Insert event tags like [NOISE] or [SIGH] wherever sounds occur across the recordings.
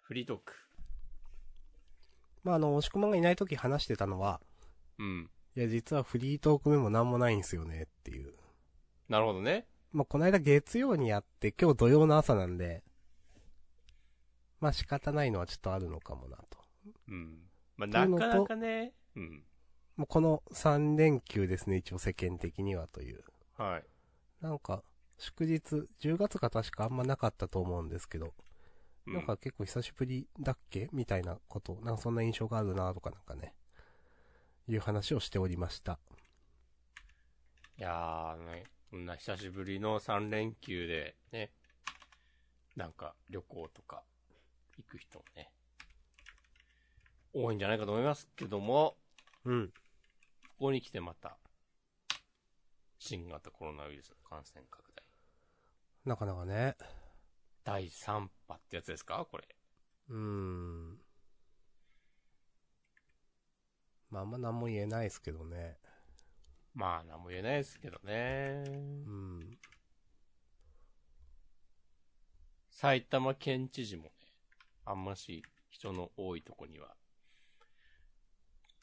フリートーク。まあ、あの、押し込まんがいない時話してたのは、うん。いや、実はフリートークメモなんもないんですよね、っていう。なるほどね。まあ、この間月曜にやって、今日土曜の朝なんで、まあ、仕方ないのはちょっとあるのかもなと。うん。まあ、というのなとかなかね。うん。もうこの3連休ですね、一応世間的にはという。はい。なんか、祝日、10月が確かあんまなかったと思うんですけど、うなんか、結構久しぶりだっけみたいなこと、なんかそんな印象があるなとかなんかね、いう話をしておりました。いやーね、こんな久しぶりの3連休でね、なんか旅行とか行く人もね、多いんじゃないかと思いますけども、うん。ここに来てまた、新型コロナウイルスの感染拡大。なかなかね、第3波ってやつですかこれ。うーん。まあ、あんま何も言えないですけどね。まあ、何も言えないですけどね。うん。埼玉県知事もね、あんまし人の多いとこには、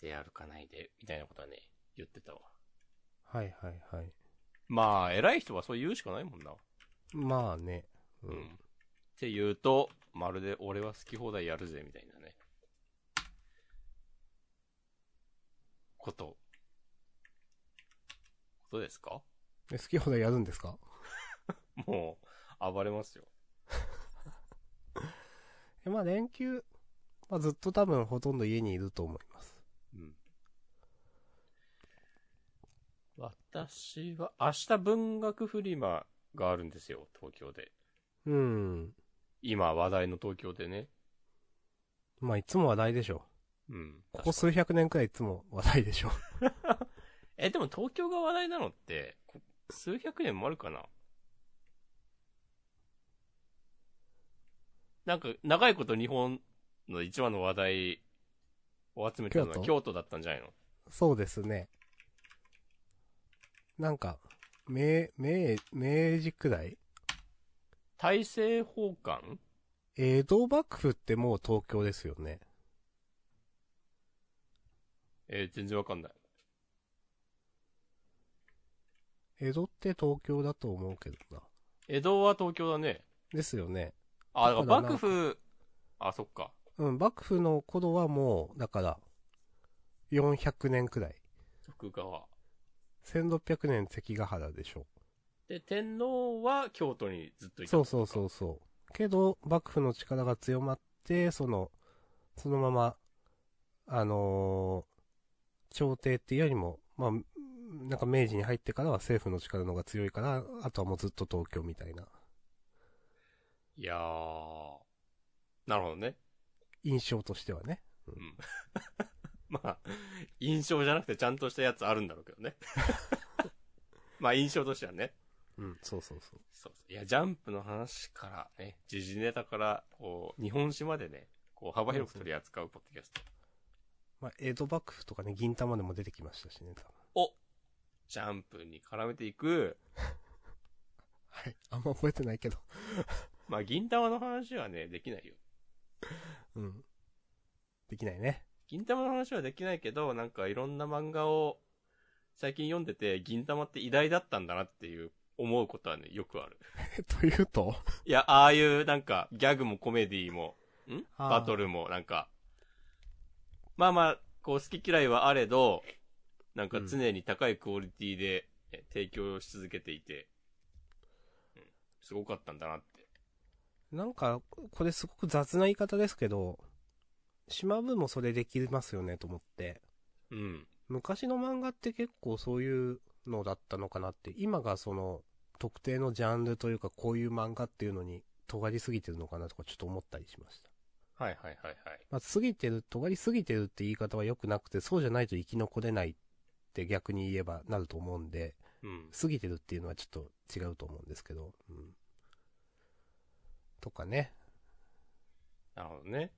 出歩かないで、みたいなことはね、言ってたわ。はいはいはい。まあ、偉い人はそう言うしかないもんな。まあね。うっん。て言うと、まるで俺は好き放題やるぜ、みたいなね。こと。ことですかえ好き放題やるんですかもう、暴れますよ。え、まあ連休、まあずっと多分ほとんど家にいると思います。うん。私は、明日文学フリマがあるんですよ、東京で。うん。今話題の東京でね。まあいつも話題でしょ。うん。ここ数百年くらいいつも話題でしょ。 [LAUGHS] え、でも東京が話題なのって、こ数百年もあるかななんか、長いこと日本の一番の話題を集めたのは京京都都だったんじゃないのそうですね。なんか、明、明、明治くらい大政奉還江戸幕府ってもう東京ですよね。えー全然わかんない。江戸って東京だと思うけどな。江戸は東京だね。ですよね。あ、だかだらからなんか幕府、あ、そっか。うん、幕府の頃はもう、だから、400年くらい。徳川。 1600年関ヶ原でしょ。で、天皇は京都にずっといた。そうそうそうそう。けど、幕府の力が強まって、その、そのまま、あのー朝廷っていうよりも、まあ、なんか明治に入ってからは政府の力の方が強いから、あとはもうずっと東京みたいなう。いやー。なるほどね。 [LAUGHS] 印象としてはね。うん。まあ、印象じゃなくてちゃんとしたやつあるんだろうけどね。まあ印象としてはね。うん、そうそうそう。そうそういや、ジャンプの話からね、時事ネタから、こう、日本史までね、こう、幅広く取り扱うポッドキャスト。まあ、江戸幕府とかね、銀玉でも出てきましたしね、多分。を、ジャンプに絡めていく。はい。あんま覚えてないけど。まあ、銀玉の話はね、できないよ。うん。できないね。 [LAUGHS] 銀玉の話はできないけど、なんかいろんな漫画を最近読んでて、銀玉って偉大だったんだなっていう思うことはね、よくある。えというといや、ああいうなんか、ギャグもコメディも、んあーバトルもなんか、まあまあ、こう好き嫌いはあれど、なんか常に高いクオリティでえ提供し続けていて、うんすごかったんだなって。なんか、これすごく雑な言い方ですけど、島部もそれできますよねと思って。うん。昔の漫画って結構そういうのだったのかなって、今がその、特定のジャンルというかこういう漫画っていうのに尖りすぎてるのかなとかちょっと思ったりしました。はいはいはいはい。まあ、過ぎてる、尖りすぎてるって言い方は良くなくて、そうじゃないと生き残れないって逆に言えばなると思うんで、うん。過ぎてるっていうのはちょっと違うと思うんですけど、うん。とかね。なるほどね。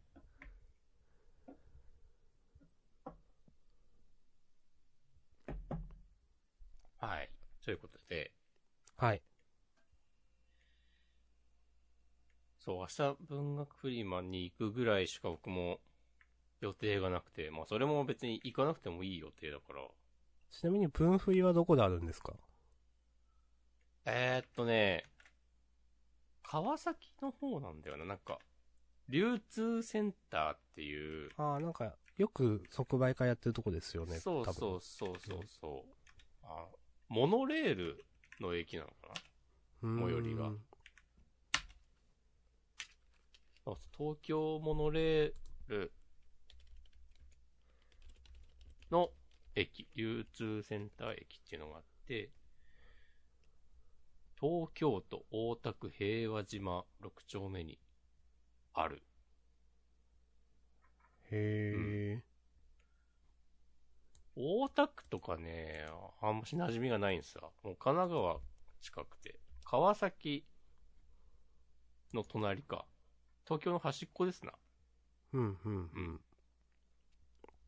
はい。ということで、はい。そう、明日文学フリーマンに行くぐらいしか僕も予定がなくて、まあそれも別に行かなくてもいい予定だから。ちなみに文振りはどこであるんですかえー、っとね、川崎の方なんだよな、なんか、流通センターっていう、ああ、なんか、よく即売会やってるとこですよね。そう多分そうそうそうそう。あモノレールの駅なのかなうん最寄りがあ東京モノレールの駅、流通センター駅っていうのがあって、東京都大田区平和島6丁目にある。へえ、大田区とかね、あんまし馴染みがないんですよ。もう神奈川近くて。川崎の隣か。東京の端っこですな。うん、うん、うん。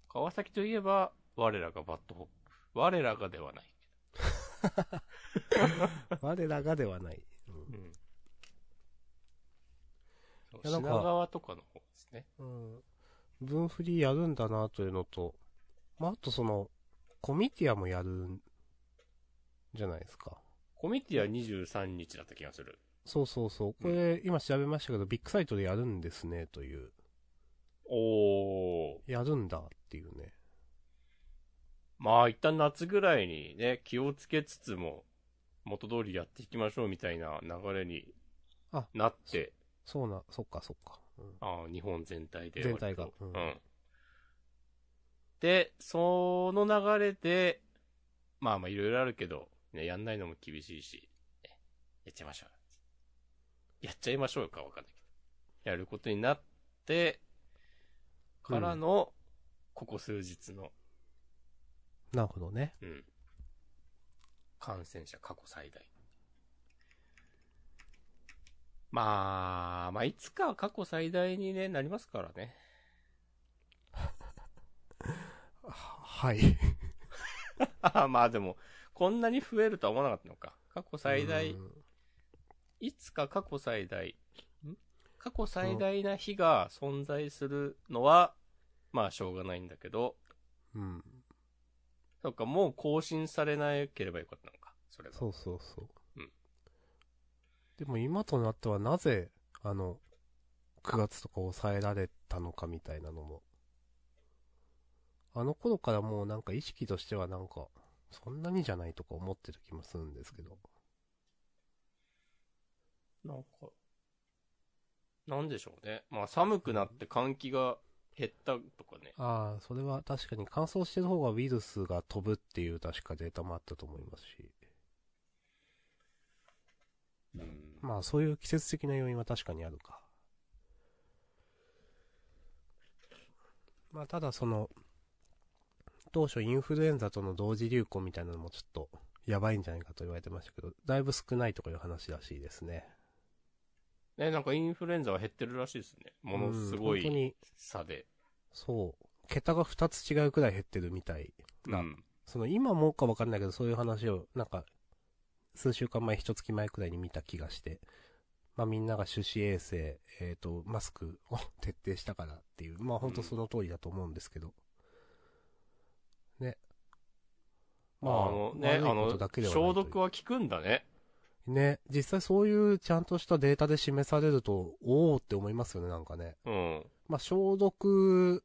川崎といえば、我らがバッドホップ。我らがではない。我らがではない。うんうん。そういやなん品か川とかの方ですね。うん。分振りやるんだなというのと、まあ、あとその、コミティアもやるんじゃないですか。コミティア23日だった気がする。そうそうそう。これ、今調べましたけど、ビッグサイトでやるんですね、という。おー。やるんだっていうね。まあ一旦夏ぐらいにね、気をつけつつも、元通りやっていきましょうみたいな流れにあなって、そうな、そっかそっか。うんああ日本全体で。全体が割とううんん。で、その流れで、まあまあいろいろあるけど、ね、やんないのも厳しいし、ねやっちゃいましょう。やっちゃいましょうかわかんないけど。やることになって、からの、ここ数日の、なるほどね。うん。感染者過去最大。まあ、まあ、いつかは過去最大に、ね、なりますからね。ははい。あまあでも、こんなに増えるとは思わなかったのか。過去最大う、んいつか過去最大、ん過去最大な日が存在するのは、まあしょうがないんだけど、うん。そっか、もう更新されなければよかったのか。それが。そうそうそう。うんでも今となってはなぜ、あの、9月とか抑えられたのかみたいなのも。あの頃からもうなんか意識としてはなんか、そんなにじゃないとか思ってる気もするんですけど。なんか、なんでしょうね。まあ寒くなって換気が減ったとかね。ああ、それは確かに乾燥してる方がウイルスが飛ぶっていう確かデータもあったと思いますし。うんまあそういう季節的な要因は確かにあるか。まあただその、当初インフルエンザとの同時流行みたいなのもちょっとやばいんじゃないかと言われてましたけど、だいぶ少ないとかいう話らしいですね。ね、なんかインフルエンザは減ってるらしいですね。ものすごうん本当いに、差で。そう、桁が2つ違うくらい減ってるみたい。ううんん。その今もかわかんないけど、そういう話をなんか、数週間前、一月前くらいに見た気がして、まあみんなが手指衛生、えっ、と、マスクを徹底したからっていう、まあ本当その通りだと思うんですけど。ね。まあ、あのね、あ悪いことのだけ、ではないとい消う毒は効くんだね。ね、実際そういうちゃんとしたデータで示されると、おおって思いますよね、なんかね。うん。まあ、消毒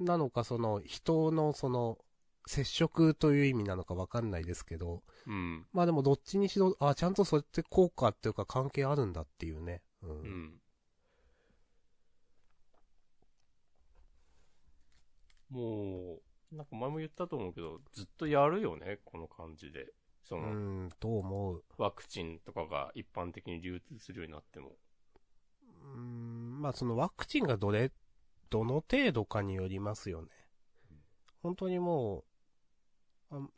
なのか、その、人の、その、接触という意味なのかわかんないですけど、うん。まあでもどっちにしろ、あ、ちゃんとそれって効果っていうか関係あるんだっていうね。うん。うん。もう、なんか前も言ったと思うけど、ずっとやるよね、この感じで。そうの、ん、どう思うワクチンとかが一般的に流通するようになっても。うん、まあそのワクチンがどれ、どの程度かによりますよね。本当にもう、あ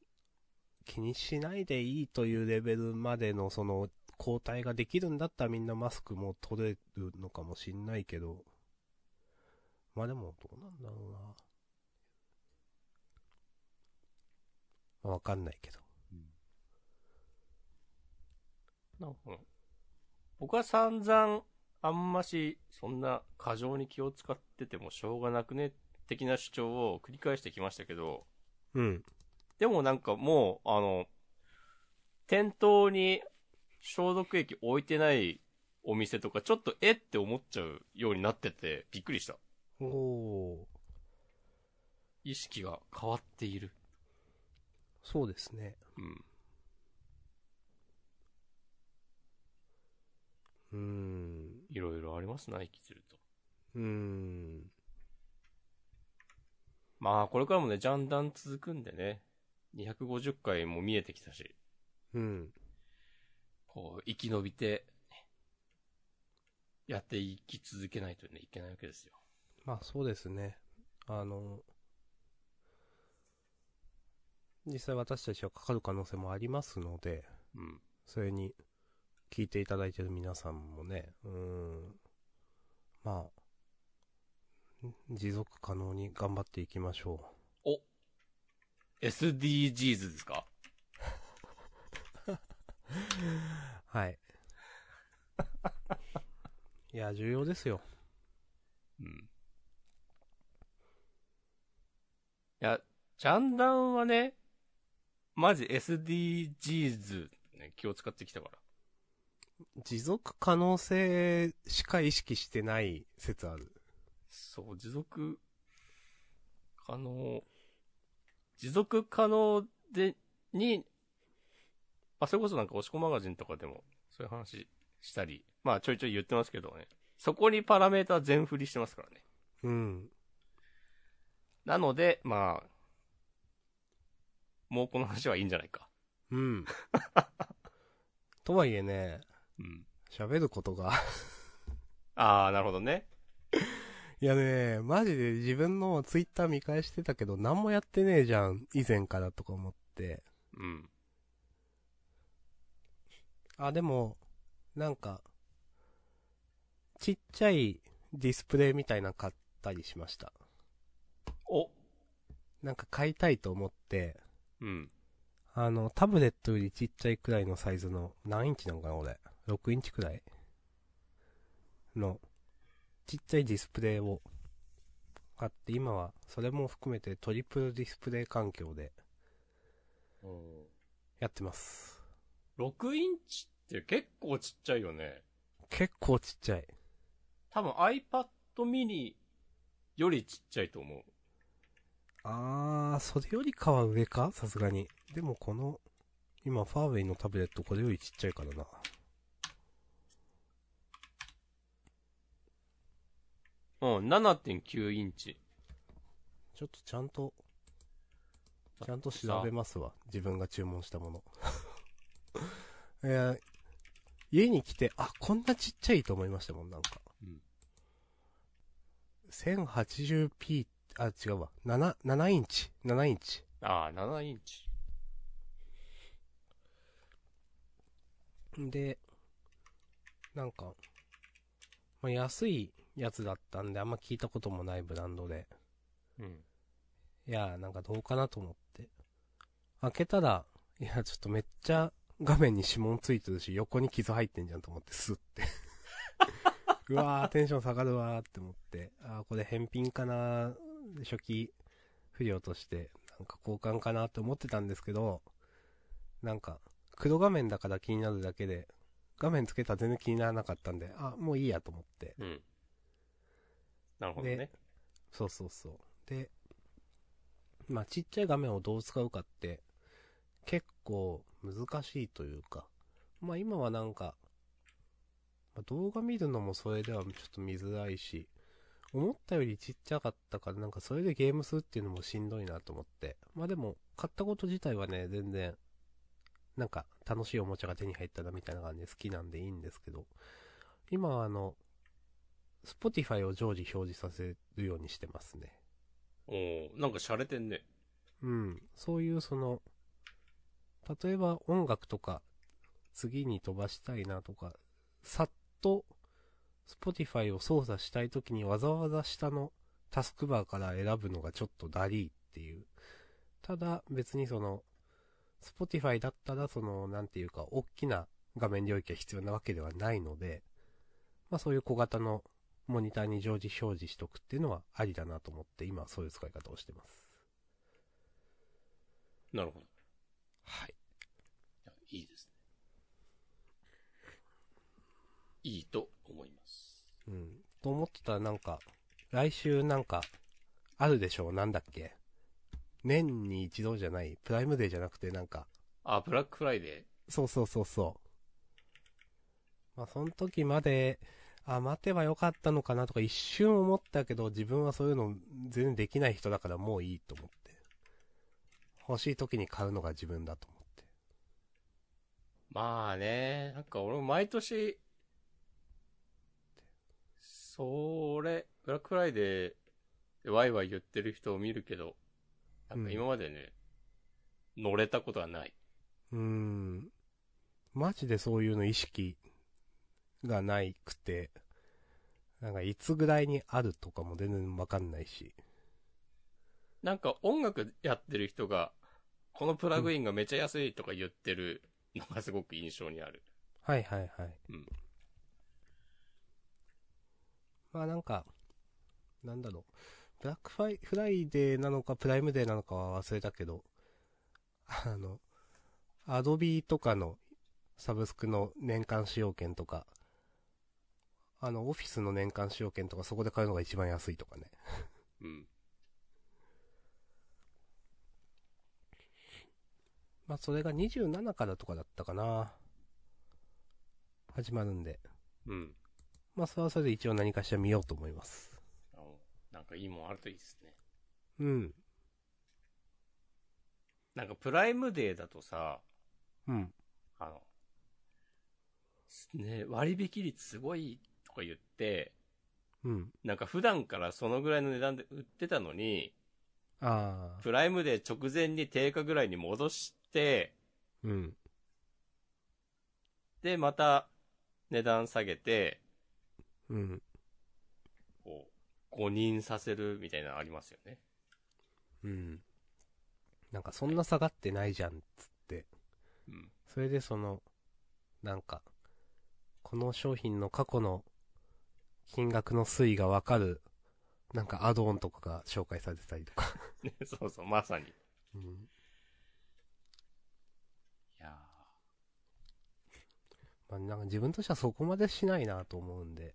気にしないでいいというレベルまでのその抗体ができるんだったらみんなマスクも取れるのかもしんないけど、まあでもどうなんだろうな。まあわかんないけど。なんか、僕は散々、あんまし、そんな過剰に気を使っててもしょうがなくね、的な主張を繰り返してきましたけど、うん。でもなんかもう、あの、店頭に消毒液置いてないお店とか、ちょっとえって思っちゃうようになってて、びっくりした。おおー意識が変わっている。そうですね。うん。うーん。いろいろありますな、生きてると。うーん。まあ、これからもね、ジャンダン続くんでね、250回も見えてきたし、うん。こう、生き延びて、やっていき続けないとね、いけないわけですよ。まあそうですね。あの、実際私たちはかかる可能性もありますので、うん。それに聞いていただいてる皆さんもね、うーん、まあ、持続可能に頑張っていきましょ SDGs ですかう。はい。いや、重要ですよ。うん。いや、ジャンダンはね、マジ SDGs、ね、気を使ってきたから。持続可能性しか意識してない説ある。そう、持続可能、持続可能で、に、まあ、それこそなんか、押し子マガジンとかでも、そういう話したり、まあ、ちょいちょい言ってますけどね。そこにパラメータ全振りしてますからね。うん。なので、まあ、もうこの話はいいんじゃないか。うん。 [LAUGHS] とはいえね、うん。喋ることが。 [LAUGHS] ああ、なるほどね。いやね、マジで自分のツイッター見返してたけど、何もやってねえじゃん、以前からとか思って。うん。あ、でも、なんか、ちっちゃいディスプレイみたいなの買ったりしました。お、なんか買いたいと思って、うん。あの、タブレットよりちっちゃいくらいのサイズの、何インチなのかな、俺。6インチくらいの、ちっちゃいディスプレイを買って、今は、それも含めてトリプルディスプレイ環境でやってます。 6インチって結構ちっちゃいよね。結構ちっちゃい。多分 iPad mini よりちっちゃいと思う。あー、それよりかは上かさすがに。でもこの、今、ファーウェイのタブレットこれよりちっちゃいからな。うん、7.9インチ。ちょっとちゃんと、ちゃんと調べますわ。自分が注文したもの。 [LAUGHS] えー家に来て、あ、こんなちっちゃいと思いましたもん、なんか。うん、 1080p、あ、違うわ。7、7インチ。7インチ。ああ、7インチ。で、なんか、まあ、安いやつだったんで、あんま聞いたこともないブランドで。うん。いやー、なんかどうかなと思って。開けたら、いや、ちょっとめっちゃ画面に指紋ついてるし、横に傷入ってんじゃんと思って、スッて。うわー、テンション下がるわーって思って、あー、これ返品かなー、初期不良として、なんか交換かなって思ってたんですけど、なんか、黒画面だから気になるだけで、画面つけたら全然気にならなかったんで、あ、もういいやと思って、うん。なるほどねで。そうそうそう。で、まあちっちゃい画面をどう使うかって、結構難しいというか、まあ今はなんか、まあ動画見るのもそれではちょっと見づらいし、思ったよりちっちゃかったから、なんかそれでゲームするっていうのもしんどいなと思って。まあでも、買ったこと自体はね、全然、なんか楽しいおもちゃが手に入ったなみたいな感じで好きなんでいいんですけど、今はあの、Spotify を常時表示させるようにしてますね。おおなんか洒落てんね。うん。そういうその、例えば音楽とか、次に飛ばしたいなとか、さっと、Spotify を操作したいときにわざわざ下のタスクバーから選ぶのがちょっとダリーっていう。ただ、別にその、Spotify だったらその、なんていうか、大きな画面領域が必要なわけではないので、まあそういう小型のモニターに常時表示しとくっていうのはありだなと思って、今はそういう使い方をしてます。なるほど。はい。いいですね。いいと思います。うん。と思ってたらなんか、来週なんか、あるでしょう、なんだっけ。年に一度じゃない、プライムデーじゃなくてなんか、あ、ブラックフライデそうそうそうそう。まあ、その時まで、あ、待てばよかったのかなとか一瞬思ったけど、自分はそういうの全然できない人だからもういいと思って。欲しい時に買うのが自分だと思って。ー。まあね、なんか俺も毎年、それ、ブラックフライデーでワイワイ言ってる人を見るけど、なんか今までね、乗れたことはない。うーん。マジでそういうの意識がないくて、なんかいつぐらいにあるとかも全然わかんないし。なんか音楽やってる人が、このプラグインがめちゃ安いとか言ってるのがすごく印象にある。はいはいはい。うんまあなんか、なんだろう。ブラックフライフライデーなのかプライムデーなのかは忘れたけど、あの、アドビとかのサブスクの年間使用券とか、あの、オフィスの年間使用券とかそこで買うのが一番安いとかね。うん。まあそれが27からとかだったかな。始まるんで。うん。まあそれはそれで一応何かしら見ようと思います。あのなんかいいもんあるといいですね。うん。なんかプライムデーだとさ、うん。あの、すね、割引率すごいとか言って、うん。なんか普段からそのぐらいの値段で売ってたのに、ああ。プライムデー直前に定価ぐらいに戻して、うん。で、また値段下げて、うん。こう、誤認させるみたいなのありますよね。うん。なんかそんな下がってないじゃん、つって。うん。 [LAUGHS] それでその、なんか、この商品の過去の金額の推移がわかる、なんかアドオンとかが紹介されてたりとか。ね、そうそう、まさに。いうん。やまあなんか自分としてはそこまでしないなと思うんで。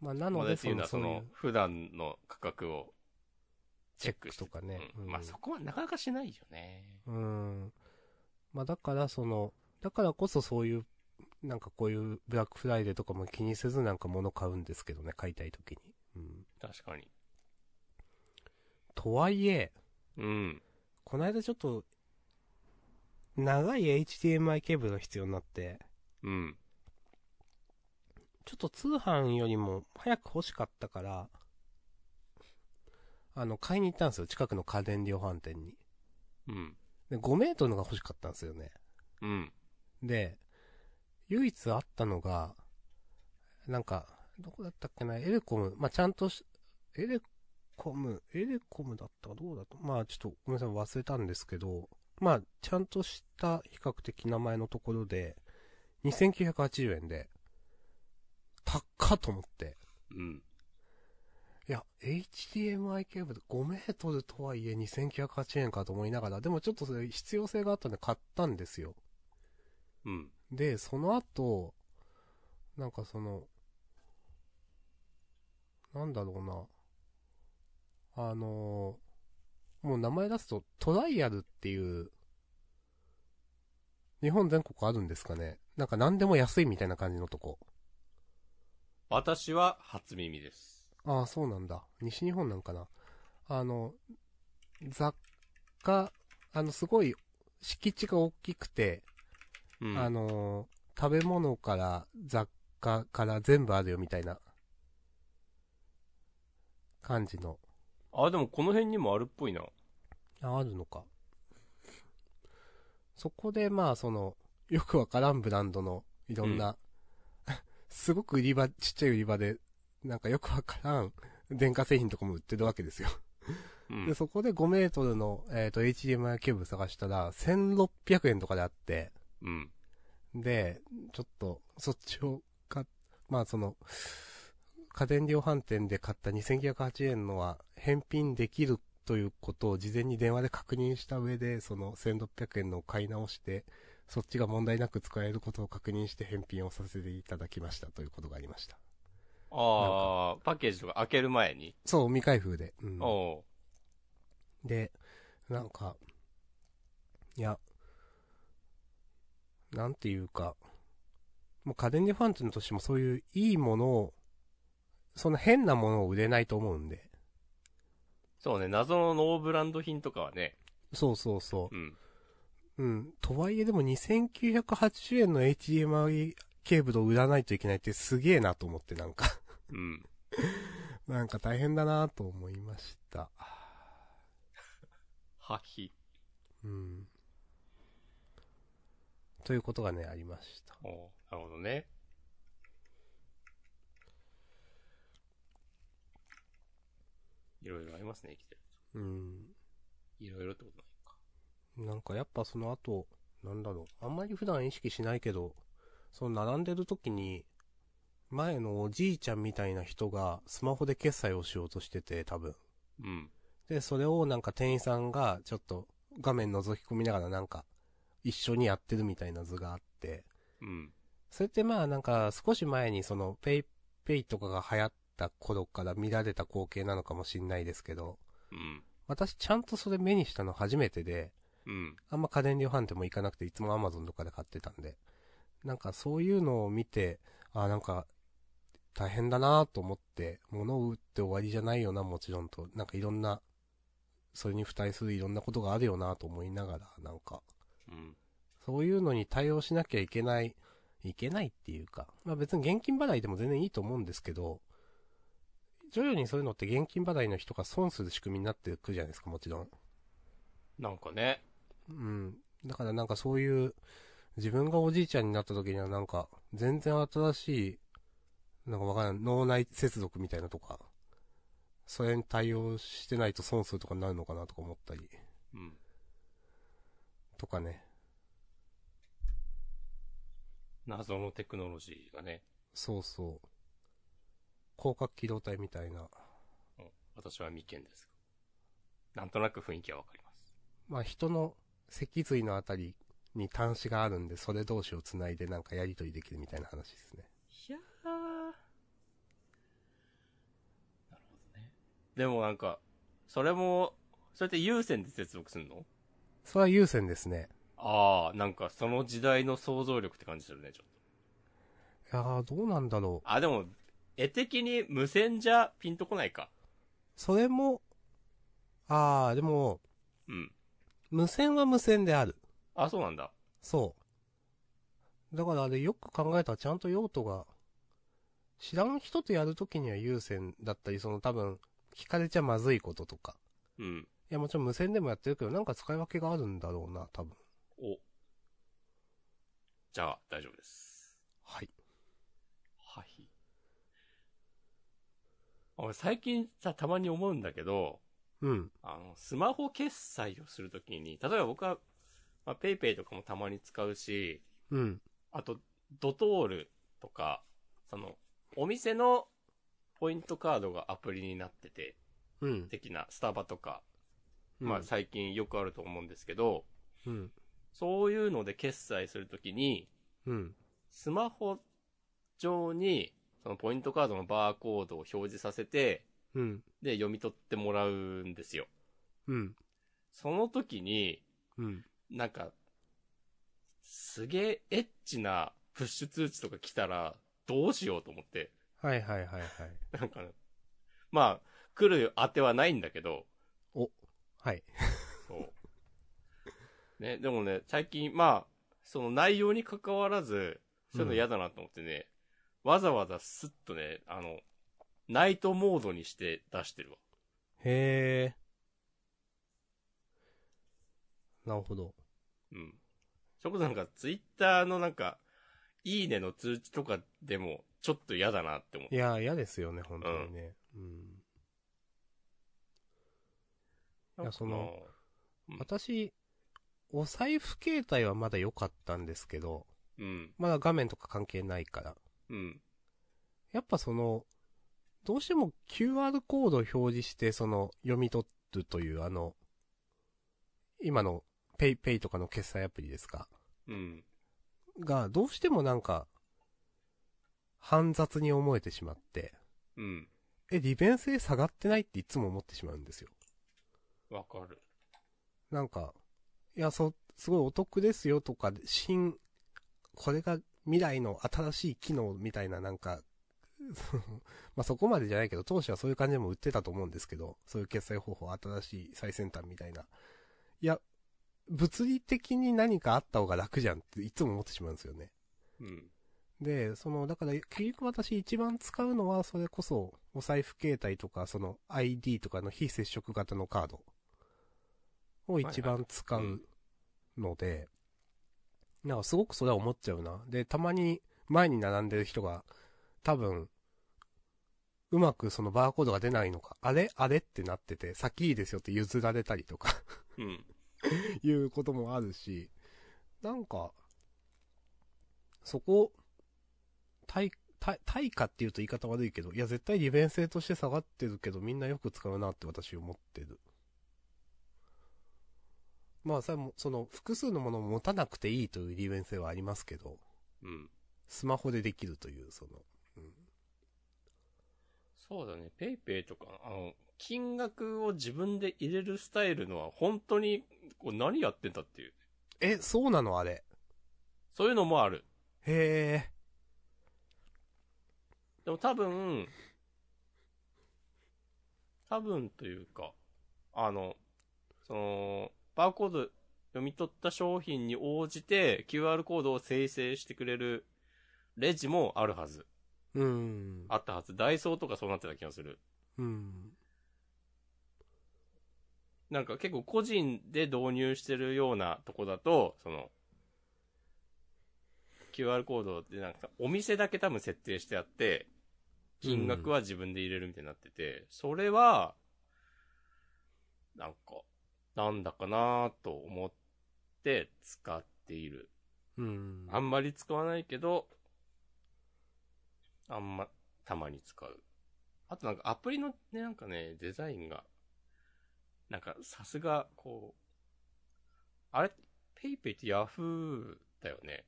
まあなーのまだで、っていうのはそそういのう、普段の価格をチェックとかね。ううんんまあそこはなかなかしないよね。うん。まあだからその、だからこそそういう、なんかこういうブラックフライデーとかも気にせずなんか物買うんですけどね、買いたい時に。うん。確かに。とはいえ、うん。この間ちょっと、長い HDMI ケーブルが必要になって、うん。ちょっと通販よりも早く欲しかったから、あの、買いに行ったんですよ、近くの家電量販店に。うん。で、5メートルのが欲しかったんですよね。うん。で、唯一あったのが、なんか、どこだったっけな、エレコム、まあ、ちゃんとし、エレコム、エレコムだったかどうだったまあ、ちょっとごめんなさい、忘れたんですけど、まあ、ちゃんとした比較的名前のところで、2980円で、高っと思って。うん。いや、HDMI ケーブル5メートルとはいえ2980円かと思いながら、でもちょっとそれ必要性があったんで買ったんですよ。うん。で、その後、なんかその、なんだろうな。あのーもう名前出すと、トライアルっていう、日本全国あるんですかね。なんか何でも安いみたいな感じのとこ。私は初耳です。ああ、そうなんだ。西日本なんかな。あの、雑貨、あの、すごい、敷地が大きくて、うん。あのー食べ物から雑貨から全部あるよみたいな感じの。あ、でもこの辺にもあるっぽいな。あ、あるのか。そこでまあその、よくわからんブランドのいろんな、 [LAUGHS] すごく売り場、ちっちゃい売り場で、なんかよくわからん電化製品とかも売ってるわけですよ。うん。で、そこで5メートルの、えっ、と、HDMI ケーブル探したら、1600円とかであって、うん。で、ちょっと、そっちを買っまあその、家電量販店で買った2908円のは返品できるということを事前に電話で確認した上で、その1600円のを買い直して、そっちが問題なく使えることを確認して返品をさせていただきましたということがありました。ああ、パッケージとか開ける前に。そう、未開封で。うん、おうで、なんか、いや、なんていうか、もう家電量販店としてもそういういいものを、そんな変なものを売れないと思うんで。そうね、謎のノーブランド品とかはね。そうそうそうん。う。うん。とはいえでも2980円の HDMI ケーブルを売らないといけないってすげえなと思ってなんか、 [LAUGHS] うん。なんか大変だなと思いました。はひ。うん。ということがね、ありました。おうなるほどね。いろいろありますね、生きてる。うん。いろいろってことないか。なんかやっぱその後、なんだろう、あんまり普段意識しないけど、その並んでる時に、前のおじいちゃんみたいな人がスマホで決済をしようとしてて、多分。うん。で、それをなんか店員さんがちょっと画面覗き込みながらなんか一緒にやってるみたいな図があって、うん。それってまあなんか少し前にそのペイペイとかが流行った頃から見られた光景なのかもしんないですけど、うん。私ちゃんとそれ目にしたの初めてで、うん。あんま家電量販店も行かなくて、いつも Amazon とかで買ってたんで、なんかそういうのを見て、あなんか、大変だなと思って、物を売って終わりじゃないよな、もちろんと、なんかいろんな、それに付帯するいろんなことがあるよなと思いながら、なんか、うん。そういうのに対応しなきゃいけない、いけないっていうか、まあ別に現金払いでも全然いいと思うんですけど、徐々にそういうのって現金払いの人が損する仕組みになってくるじゃないですか、もちろん。なんかね。うん。だからなんかそういう、自分がおじいちゃんになった時にはなんか、全然新しい、なんかわからん、脳内接続みたいなとか、それに対応してないと損するとかになるのかなとか思ったり、うん。とかね。謎のテクノロジーがね。そうそう。広角機動隊みたいな。うん私は未見ですが。なんとなく雰囲気はわかります。まあ人の脊髄のあたりに端子があるんで、それ同士を繋いでなんかやりとりできるみたいな話ですね。いやー。なるほどね。でもなんか、それも、それって有線で接続するのそれは優先ですね。ああ、なんかその時代の想像力って感じするね、ちょっと。いやー、どうなんだろう。あ、でも、絵的に無線じゃピンとこないか。それも、ああ、でも、うん。無線は無線である。あ、そうなんだ。そう。だからあれよく考えたらちゃんと用途が、知らん人とやるときには優先だったり、その多分、聞かれちゃまずいこととか。うん。いや、もちろん無線でもやってるけど、なんか使い分けがあるんだろうな、多分。お。じゃあ、大丈夫です。はい。はい。あ俺最近さ、たまに思うんだけど、うん。あの、スマホ決済をするときに、例えば僕は、まあ、ペイペイとかもたまに使うし、うん。あと、ドトールとか、その、お店のポイントカードがアプリになってて、うん。的なスタバとか、うんまあ、最近よくあると思うんですけど、うん。そういうので決済するときに、うん。スマホ上に、そのポイントカードのバーコードを表示させて、うん。で、読み取ってもらうんですよ。うん。その時に、うん。なんか、すげえエッチなプッシュ通知とか来たら、どうしようと思って。はいはいはいはい。なんかね、まあ、来る当てはないんだけど、はい。そう。ね、でもね、最近、まあ、その内容に関わらず、そういうの嫌だなと思ってね、わざわざスッとね、あの、ナイトモードにして出してるわ。へえ。なるほど。うん。それこそなんか、ツイッターのなんか、いいねの通知とかでも、ちょっと嫌だなって思うい。やー、嫌ですよね、本当にね。うん。いやそのうん私、お財布携帯はまだ良かったんですけど、うん。まだ画面とか関係ないから。うん。やっぱその、どうしても QR コードを表示して、その、読み取るという、あの、今の、ペイペイとかの決済アプリですかうん。が、どうしてもなんか、煩雑に思えてしまって、うん。え、利便性下がってないっていつも思ってしまうんですよ。わかる。なんか、いや、そう、すごいお得ですよとか、新、これが未来の新しい機能みたいななんか、 [LAUGHS] そのまあそこまでじゃないけど、当初はそういう感じでも売ってたと思うんですけど、そういう決済方法、新しい最先端みたいな。いや、物理的に何かあった方が楽じゃんっていつも思ってしまうんですよね。うん。で、その、だから、結局私一番使うのは、それこそ、お財布携帯とか、その ID とかの非接触型のカードを一番使うので、なんかすごくそれは思っちゃうな。で、たまに前に並んでる人が、多分、うまくそのバーコードが出ないのか、あれあれってなってて、先いいですよって譲られたりとか。うん。いうこともあるし、なんか、そこ、対、対、対価っていうと言い方悪いけど、いや絶対利便性として下がってるけど、みんなよく使うなって私思ってる。まあさ、もその、複数のものを持たなくていいという利便性はありますけど、うん。スマホでできるという、その、そうだね。ペイペイとか、あの、金額を自分で入れるスタイルのは本当に、こう何やってんだっていう。え、そうなのあれ。そういうのもある。へえ、でも多分、多分というか、あの、その、バーコード読み取った商品に応じて QR コードを生成してくれるレジもあるはず。うん。あったはず。ダイソーとかそうなってた気がする。うん。なんか結構個人で導入してるようなとこだと、その、QR コードでなんかお店だけ多分設定してあって、金額は自分で入れるみたいになってて、それは、なんか、なんだかなぁと思って使っている。うん。あんまり使わないけど、あんま、たまに使う。あとなんかアプリのね、なんかね、デザインが、なんかさすが、こう、あれ、ペイペイってヤフーだよね。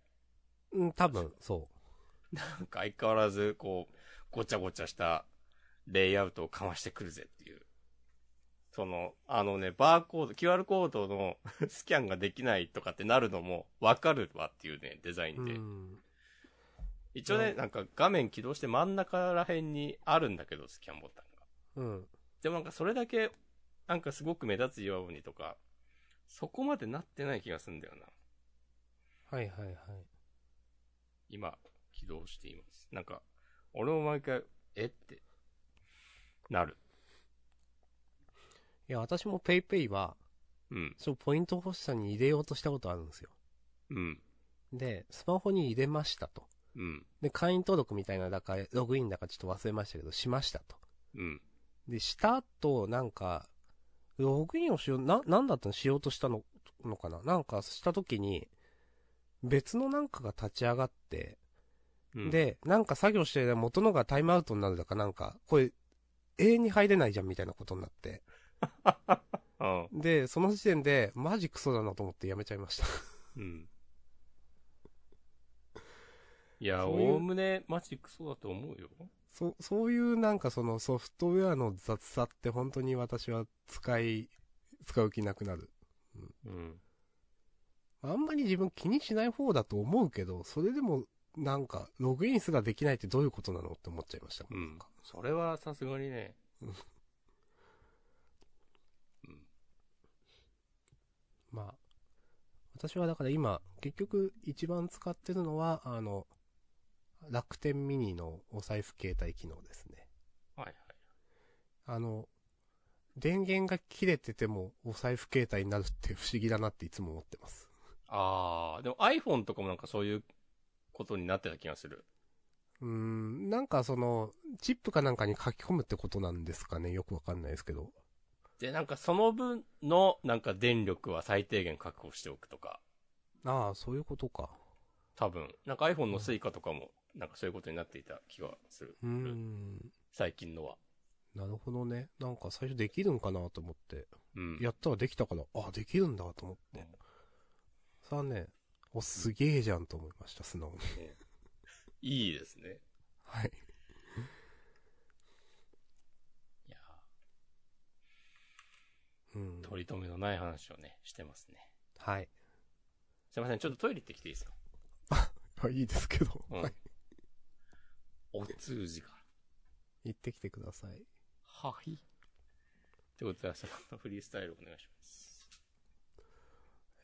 うん、多分、そなんか相変わらず、こう、ごちゃごちゃしたレイアウトをかましてくるぜっていう。その、あのね、バーコード、QR コードの [LAUGHS] スキャンができないとかってなるのもわかるわっていうね、デザイう。ンうで。ん。一応ね、うんなんか画面起動して真ん中ら辺にあるんだけど、スキャンボタンが。うん。でもなんかそれだけ、なんかすごく目立つようにとか、そこまでなってない気がするんだよな。はいはいはい。今、起動しています。なんか、俺も毎回、えって、なる。いや、私も PayPay は、うん、そう、ポイント欲しさに入れようとしたことあるんですよ。うん、で、スマホに入れましたと。うん、で、会員登録みたいなだか、ログインだかちょっと忘れましたけど、しましたと。うん、で、した後、なんか、ログインをしよう、な、なんだったのしようとしたの、のかななんかした時に、別のなんかが立ち上がって、うん。、で、なんか作業してる間元のがタイムアウトになるだかなんか、これ、永遠に入れないじゃんみたいなことになって。うん、で、その時点で、マジクソだなと思ってやめちゃいました。うん。いや、そういうおおむねマジクソだと思うよ。そ、そういうなんかそのソフトウェアの雑さって本当に私は使い、使う気なくなる。うん。あんまり自分気にしない方だと思うけど、それでもなんかログインすらできないってどういうことなのって思っちゃいました。うなんんか。それはさすがにね。うんうんまあ。私はだから今、結局一番使ってるのは、あの、楽天ミニのお財布携帯機能ですね。はいはい。あの、電源が切れててもお財布携帯になるって不思議だなっていつも思ってます。ああ、でも iPhone とかもなんかそういうことになってた気がする。うーん、なんかその、チップかなんかに書き込むってことなんですかね。よくわかんないですけど。で、なんかその分のなんか電力は最低限確保しておくとか、ああ、そういうことか。多分。なんか iPhone の Suica とかもなんかそういうことになっていた気がする。うーん。最近のは。なるほどね。なんか最初できるんかなと思って。うん。やったらできたから、あ、できるんだと思っうん、て。それはね、お、すげえじゃんと思いました、素直に。いいですね。はい。いやうんー、。取り留めのない話をね、してますね。はい。すいません、ちょっとトイレ行ってきていいですかあいいですけど。うんはい。お通じから。行ってきてください。はい。ってことで、そのフリースタイルお願いします。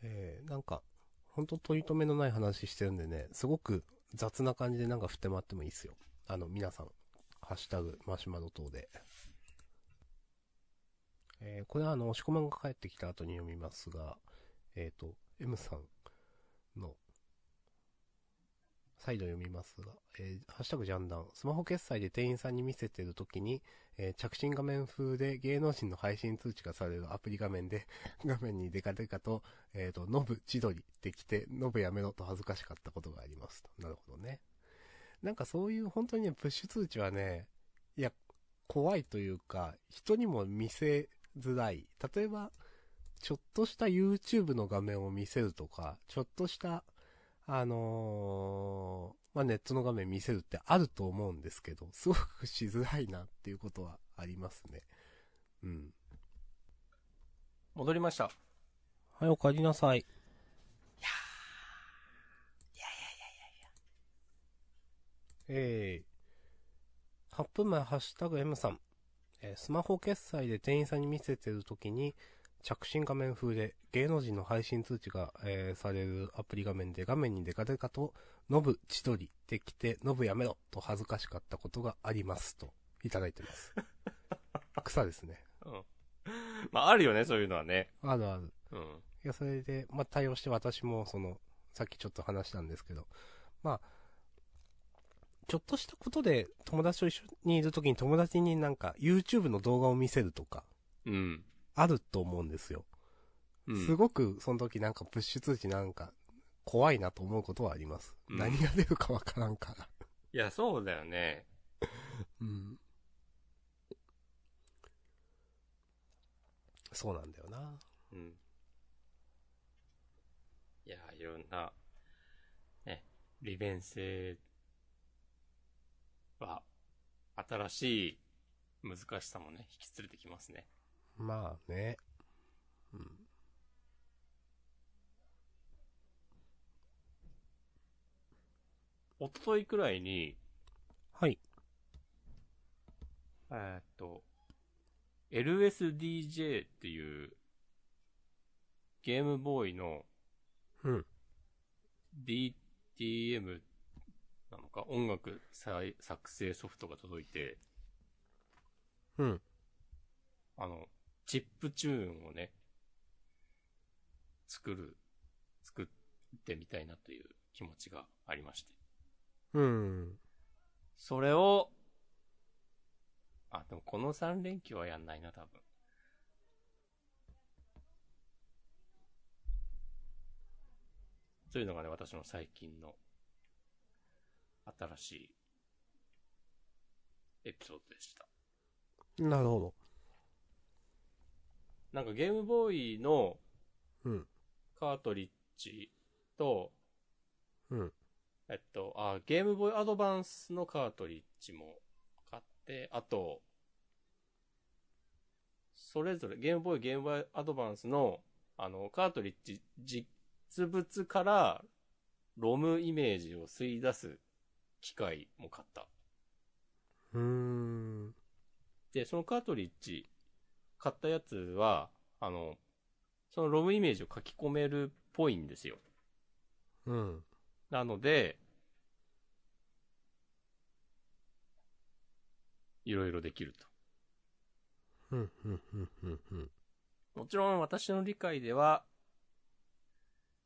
えー、なんか、ほんと取り留めのない話してるんでね、すごく雑な感じでなんか振ってもらってもいいですよ。あの、皆さん、ハッシュタグ、マシュマロ等で。えー、これはあの、押し込まんが帰ってきた後に読みますが、えっ、ー、と、M さんの、再度読みますが、えー、ハッシュタグジャンダン、スマホ決済で店員さんに見せてるときに、えー着信画面風で芸能人の配信通知がされるアプリ画面で、画面にデカデカと、えっ、と、ノブ、千鳥って来て、ノブやめろと恥ずかしかったことがありますと。なるほどね。なんかそういう本当にね、プッシュ通知はね、いや、怖いというか、人にも見せづらい。例えば、ちょっとした YouTube の画面を見せるとか、ちょっとした、あのーまあ、ネットの画面見せるってあると思うんですけど、すごくしづらいなっていうことはありますね。うん。戻りました。はい、お帰りなさい。いやーいやいやいやいやいや。えー、8分前、ハッシュタグ M さん。えースマホ決済で店員さんに見せてるときに、着信画面風で芸能人の配信通知が、えーされるアプリ画面で画面にデカデカと、ノブ、千鳥って来て、ノブやめろと恥ずかしかったことがありますと、いただいて [LAUGHS] ます。草ですね。うん。まあ、あるよね、そういうのはね。あるある。うん。いや、それで、まあ、対応して私も、その、さっきちょっと話したんですけど、まあ、ちょっとしたことで友達と一緒にいるときに友達になんか YouTube の動画を見せるとか、うん。あると思うんですよ。うん、すごくその時なんかプッシュ通知なんか怖いなと思うことはあります。うん何が出るかわからんから。いや、そうだよね。うん。そうなんだよな。うん。いや、いろんな、ね、利便性は、新しい難しさもね、引き連れてきますね。まあね。うん。一昨日くらいに、はい。えーっと、LSDJ っていう、ゲームボーイのうん。 DTM なのか、音楽再作成ソフトが届いて、うん。あの、チップチューンをね、作る、作ってみたいなという気持ちがありまして。うん。それを、あ、でもこの3連休はやんないな、多分。というのがね、私の最近の新しいエピソードでした。なるほど。なんかゲームボーイのうん。カートリッジと、うん。えっと、あ、ゲームボーイアドバンスのカートリッジも買って、あと、それぞれ、ゲームボーイ、ゲームボーイアドバンスの、あの、カートリッジ、実物から、ロムイメージを吸い出す機械も買った。うーん。で、そのカートリッジ、買ったやつは、あの、そのロムイメージを書き込めるっぽいんですよ。うん。なので、いろいろできるうん。うん。うん。うん。うん。と。もちろん私の理解では、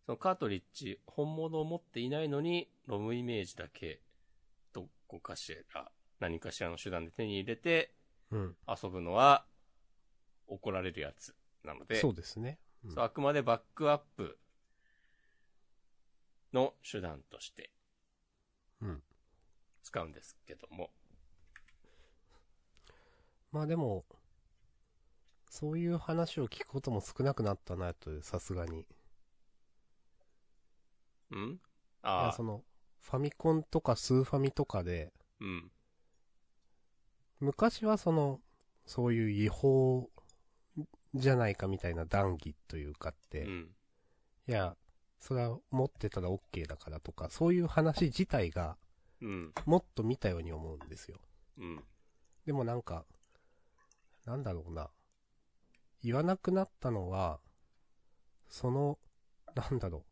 そのカートリッジ、本物を持っていないのに、ロムイメージだけ、どこかしら、何かしらの手段で手に入れてうん。遊ぶのは、怒られるやつなので、そうですね。うんそうあくまでバックアップの手段として、うん使うんですけども。まあでも、そういう話を聞くことも少なくなったなと、さすがに。いんやあ、そあ、の、ファミコンとかスーファミとかで、うん。昔はその、そういう違法じゃないかみたいな談義というかっうて、いん。や、それは持ってたら OK だからとか、そういう話自体がうん。もっと見たように思うんですよ。うん。でもなんか、なんだろうな。言わなくなったのは、その、なんだろ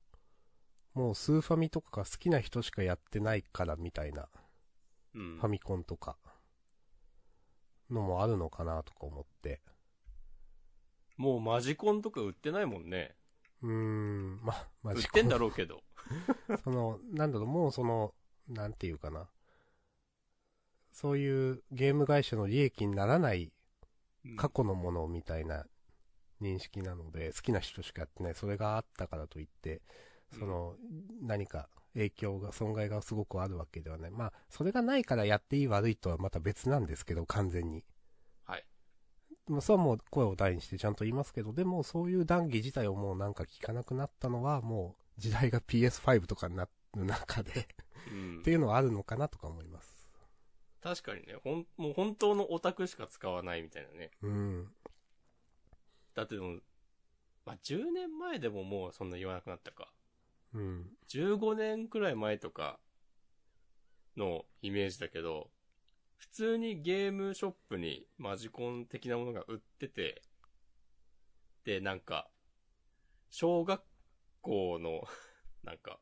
う。もうスーファミとかが好きな人しかやってないからみたいな、うん。ファミコンとか、のもあるのかなとか思って。もうマジコンとか売ってないもんね。うーん、ま、マ売っジてんだろうけど。 [LAUGHS] その、なんだろう、もうその、なんていうかな。そういうゲーム会社の利益にならない過去のものみたいな認識なので、好きな人しかやってない。それがあったからといって、その、何か影響が、損害がすごくあるわけではない。まあ、それがないからやっていい悪いとはまた別なんですけど、完全に。はい。まあ、それはもう声を大にしてちゃんと言いますけど、でもそういう談義自体をもうなんか聞かなくなったのは、もう時代が PS5 とかになる中 [LAUGHS] で、うんっていうのはあるのかなとか思います。確かにね、ほん、もう本当のオタクしか使わないみたいなね。うん。だってでも、まあ、10年前でももうそんな言わなくなったか。うん。 15年くらい前とかのイメージだけど、普通にゲームショップにマジコン的なものが売ってて、で、なんか、小学校の、 [LAUGHS] なんか、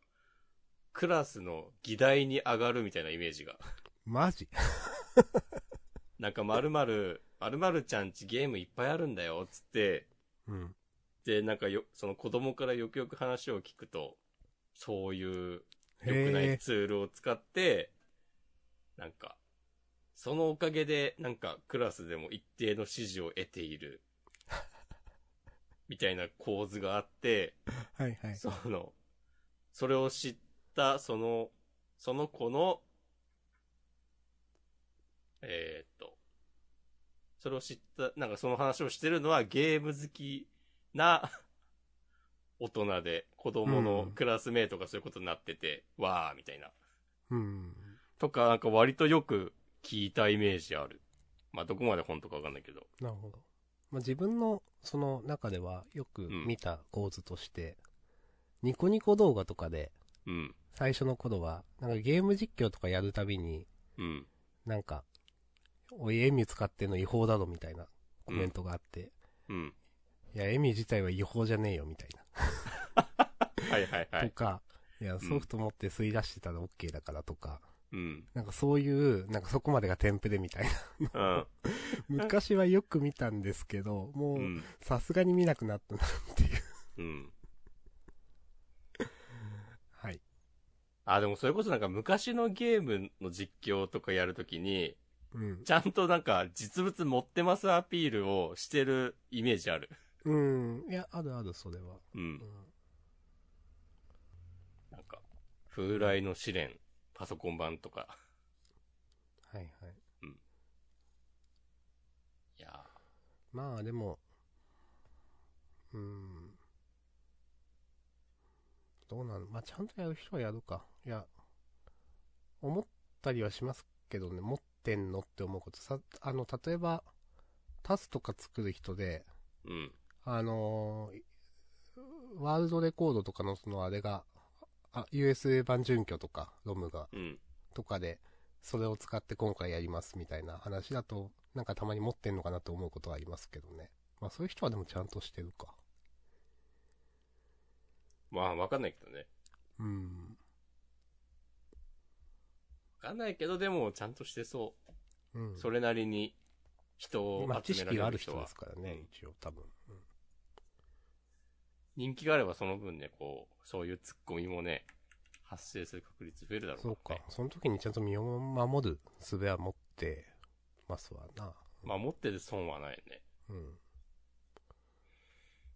クラスの議題に上がるみたいなイメージが。マジなんか、まるまる、まるまるちゃんちゲームいっぱいあるんだよ、つって、うん。で、なんかよ、その子供からよくよく話を聞くと、そういう良くなへいえ。ツールを使って、なんか、そのおかげで、なんか、クラスでも一定の支持を得ている、みたいな構図があって、はいはい。その、それを知った、その、その子の、えーっと、それを知った、なんかその話をしてるのはゲーム好きな [LAUGHS] 大人で、子供のクラスメイトがそういうことになってて、わー、みたいな。うん。とか、なんか割とよく聞いたイメージある。まあ、どこまで本当かわかんないけど。なるほど。まあ、自分のその中ではよく見た構図として、ニコニコ動画とかでうん。最初の頃は、なんかゲーム実況とかやるたびに、うん。なんか、おい、エミ使ってんの違法だろみたいなコメントがあって、うん。いや、エミ自体は違法じゃねえよみたいはいはいな。はと [LAUGHS] い。か、いや、ソフト持って吸い出してたら OK だからとか、うん。なんかそういう、なんかそこまでがテンプレ [LAUGHS] みたいうな。ん。昔はよく見たんですけど、もう。うんさすがに見なくなったなっていう。うん。はい。あ、でもそれこそなんか昔のゲームの実況とかやるときに、うん。ちゃんとなんか実物持ってますアピールをしてるイメージある。うん。いや、あるある、それは。う。うんん。なんか、風来の試練、パソコン版とか。はいはい。いやまあでも、うん。どうなのまあちゃんとやる人はやるか。いや、思ったりはしますけどね、持ってんのって思うこと。さ、あの、例えば、タスとか作る人で、ーうん。あのーワールドレコードとかのそのあれが、あ、USA 版準拠とか、ロムが、うん。とかで、それを使って今回やりますみたいな話だと、なんかたまに持ってんのかなと思うことはありますけどね。まあそういう人はでもちゃんとしてるか。まあ、わかんないけどね。うん。わかんないけど、でも、ちゃんとしてそうん。う。それなりに、人をまあ知集め識がらあれるる人人はですからね、うん一応多分。うん人気があればその分ね、こう、そういうツッコミもね、発生する確率増えるだろうそうらかね。。その時にちゃんと身を守る術は持ってますわな。まあ、持ってて損はないよね。うん。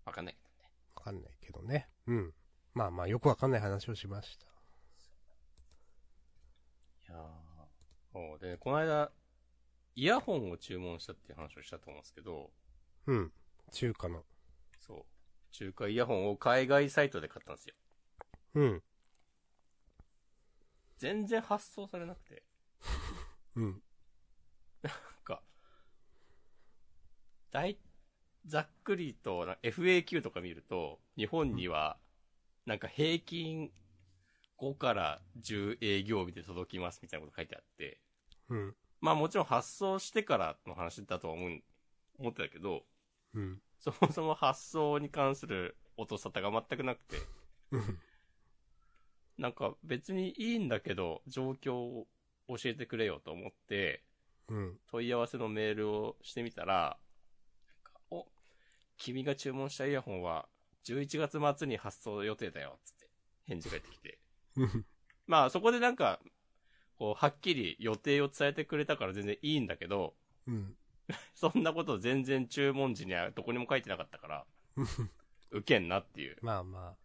わかんないけど。わかんないけどね。うん。まあまあ、よくわかんない話をしました。いやーそうでね、この間、イヤホンを注文したっていう話をしたと思うんですけど、うん。中華の。そう。中華イヤホンを海外サイトで買ったんですよ。うん。全然発送されなくて。うん。なんか、大、ざっくりと、な FAQ とか見ると、日本には、なんか平均5から10営業日で届きますみたいなこと書いてあって、うん。まあもちろん発送してからの話だとは思うん、思ってたけど、うん。そもそも発送に関する音沙汰が全くなくて、うん。なんか別にいいんだけど、状況を教えてくれよと思って、うん。問い合わせのメールをしてみたら、なんかお、君が注文したイヤホンは11月末に発送予定だよ、つって返事が出てきて。うん。まあそこでなんか、こう、はっきり予定を伝えてくれたから全然いいんだけど、うん。そんなこと全然注文時にはどこにも書いてなかったから、ウケんなっていう。まあまあ。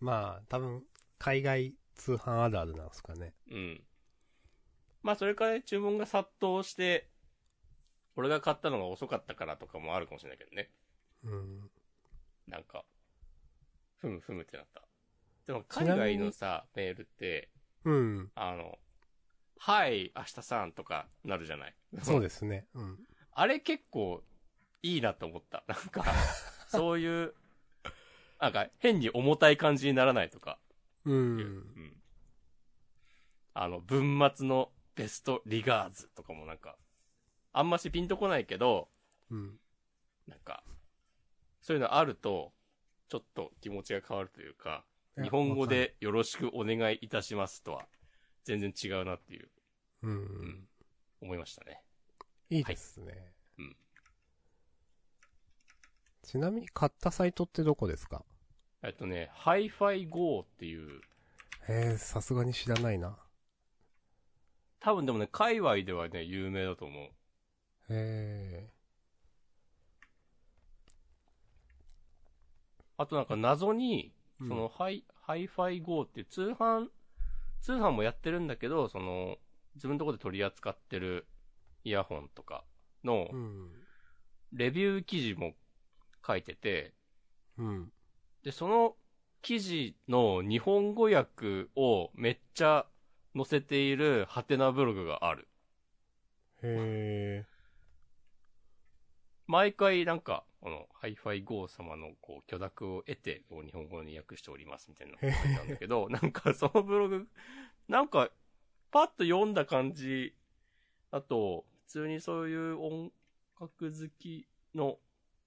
まあ、多分、海外通販あるあるなんですかね。うん。まあそれからね注文が殺到して、俺が買ったのが遅かったからとかもあるかもしれないけどね。うん。なんか、ふむふむってなった。でも海外のさ、メールって、うん。あの、はい、明日さんとかなるじゃない。そうですね。うん。あれ結構いいなと思った。なんか、そういう、なんか変に重たい感じにならないとか。う。うんあの、文末のベストリガーズとかもなんか、あんましピンとこないけど、うん。なんか、そういうのあると、ちょっと気持ちが変わるというか、日本語でよろしくお願いいたしますとは、全然違うなっていう、うん。うん思いましたね。いいですね。うんちなみに買ったサイトってどこですかえっとね、HiFiGo っていう、えー、さすがに知らないな。多分でもね、界隈ではね、有名だと思う。えあとなんか謎に、うんその、ハイ、ハイファイ GO っていう通販、通販もやってるんだけど、その、自分のところで取り扱ってるイヤホンとかのー。、うん。レビュー記事も書いてて、うん。で、その記事の日本語訳をめっちゃ載せているハテナブログがある。へ毎回なんか、この、ハイファイ GO 様のこう許諾を得て、こう日本語に訳しておりますみたいなのが書いてあるんだけど、 [LAUGHS] なんかそのブログ、なんか、パッと読んだ感じ、あと、普通にそういう音楽好きの、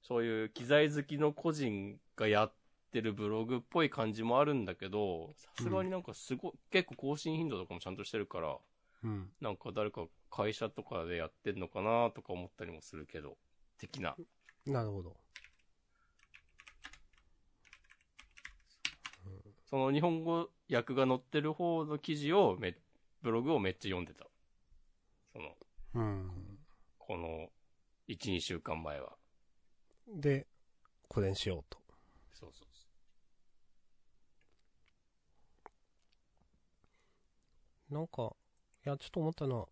そういう機材好きの個人がやってるブログっぽい感じもあるんだけど、さすがになんかすごい、結構更新頻度とかもちゃんとしてるから、ー。うん。なんか誰か会社とかでやってんのかなとか思ったりもするけど、的な。なるほど。その日本語訳が載ってる方の記事をめ、ブログをめっちゃ読んでた。その、うん。この、1、2週間前は。で、これにしようと。そうそうそなんか、いや、ちょっと思ったのは、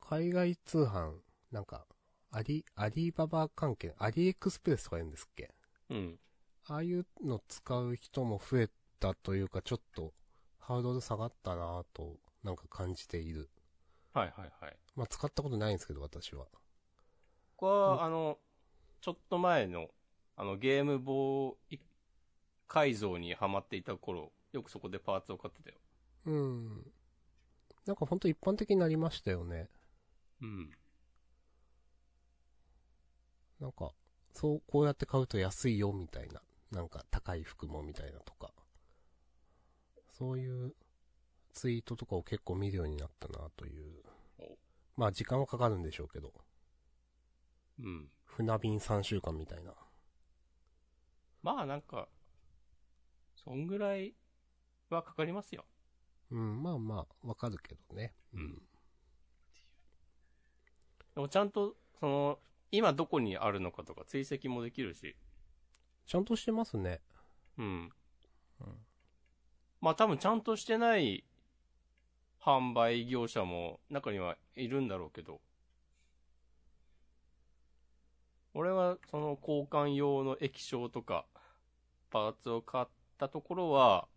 海外通販、なんか、アリ、アリババ関係、アリエクスプレスとか言うんですっけう。うん。ああいうの使う人も増えたというか、ちょっと、ハードル下がったなぁと、なんか感じている。はいはいはい。まあ、使ったことないんですけど、私は。ここは、あの、ちょっと前の、あの、ゲームボーイ改造にハマっていた頃、よくそこでパーツを買ってたよ。うん。なんかほんと一般的になりましたよね。うん。なんか、そう、こうやって買うと安いよ、みたいな。なんか、高い服も、みたいなとか。そういう、ツイートとかを結構見るようになったな、というお。まあ、時間はかかるんでしょうけど。うん。船便3週間みたいな。まあなんか、そんぐらいはかかりますよ。うん、まあまあ、わかるけどね。うんでもちゃんと、その、今どこにあるのかとか追跡もできるし。ちゃんとしてますね。うん。うんまあ多分ちゃんとしてない販売業者も中にはいるんだろうけど、俺はその交換用の液晶とか、パーツを買ったところは、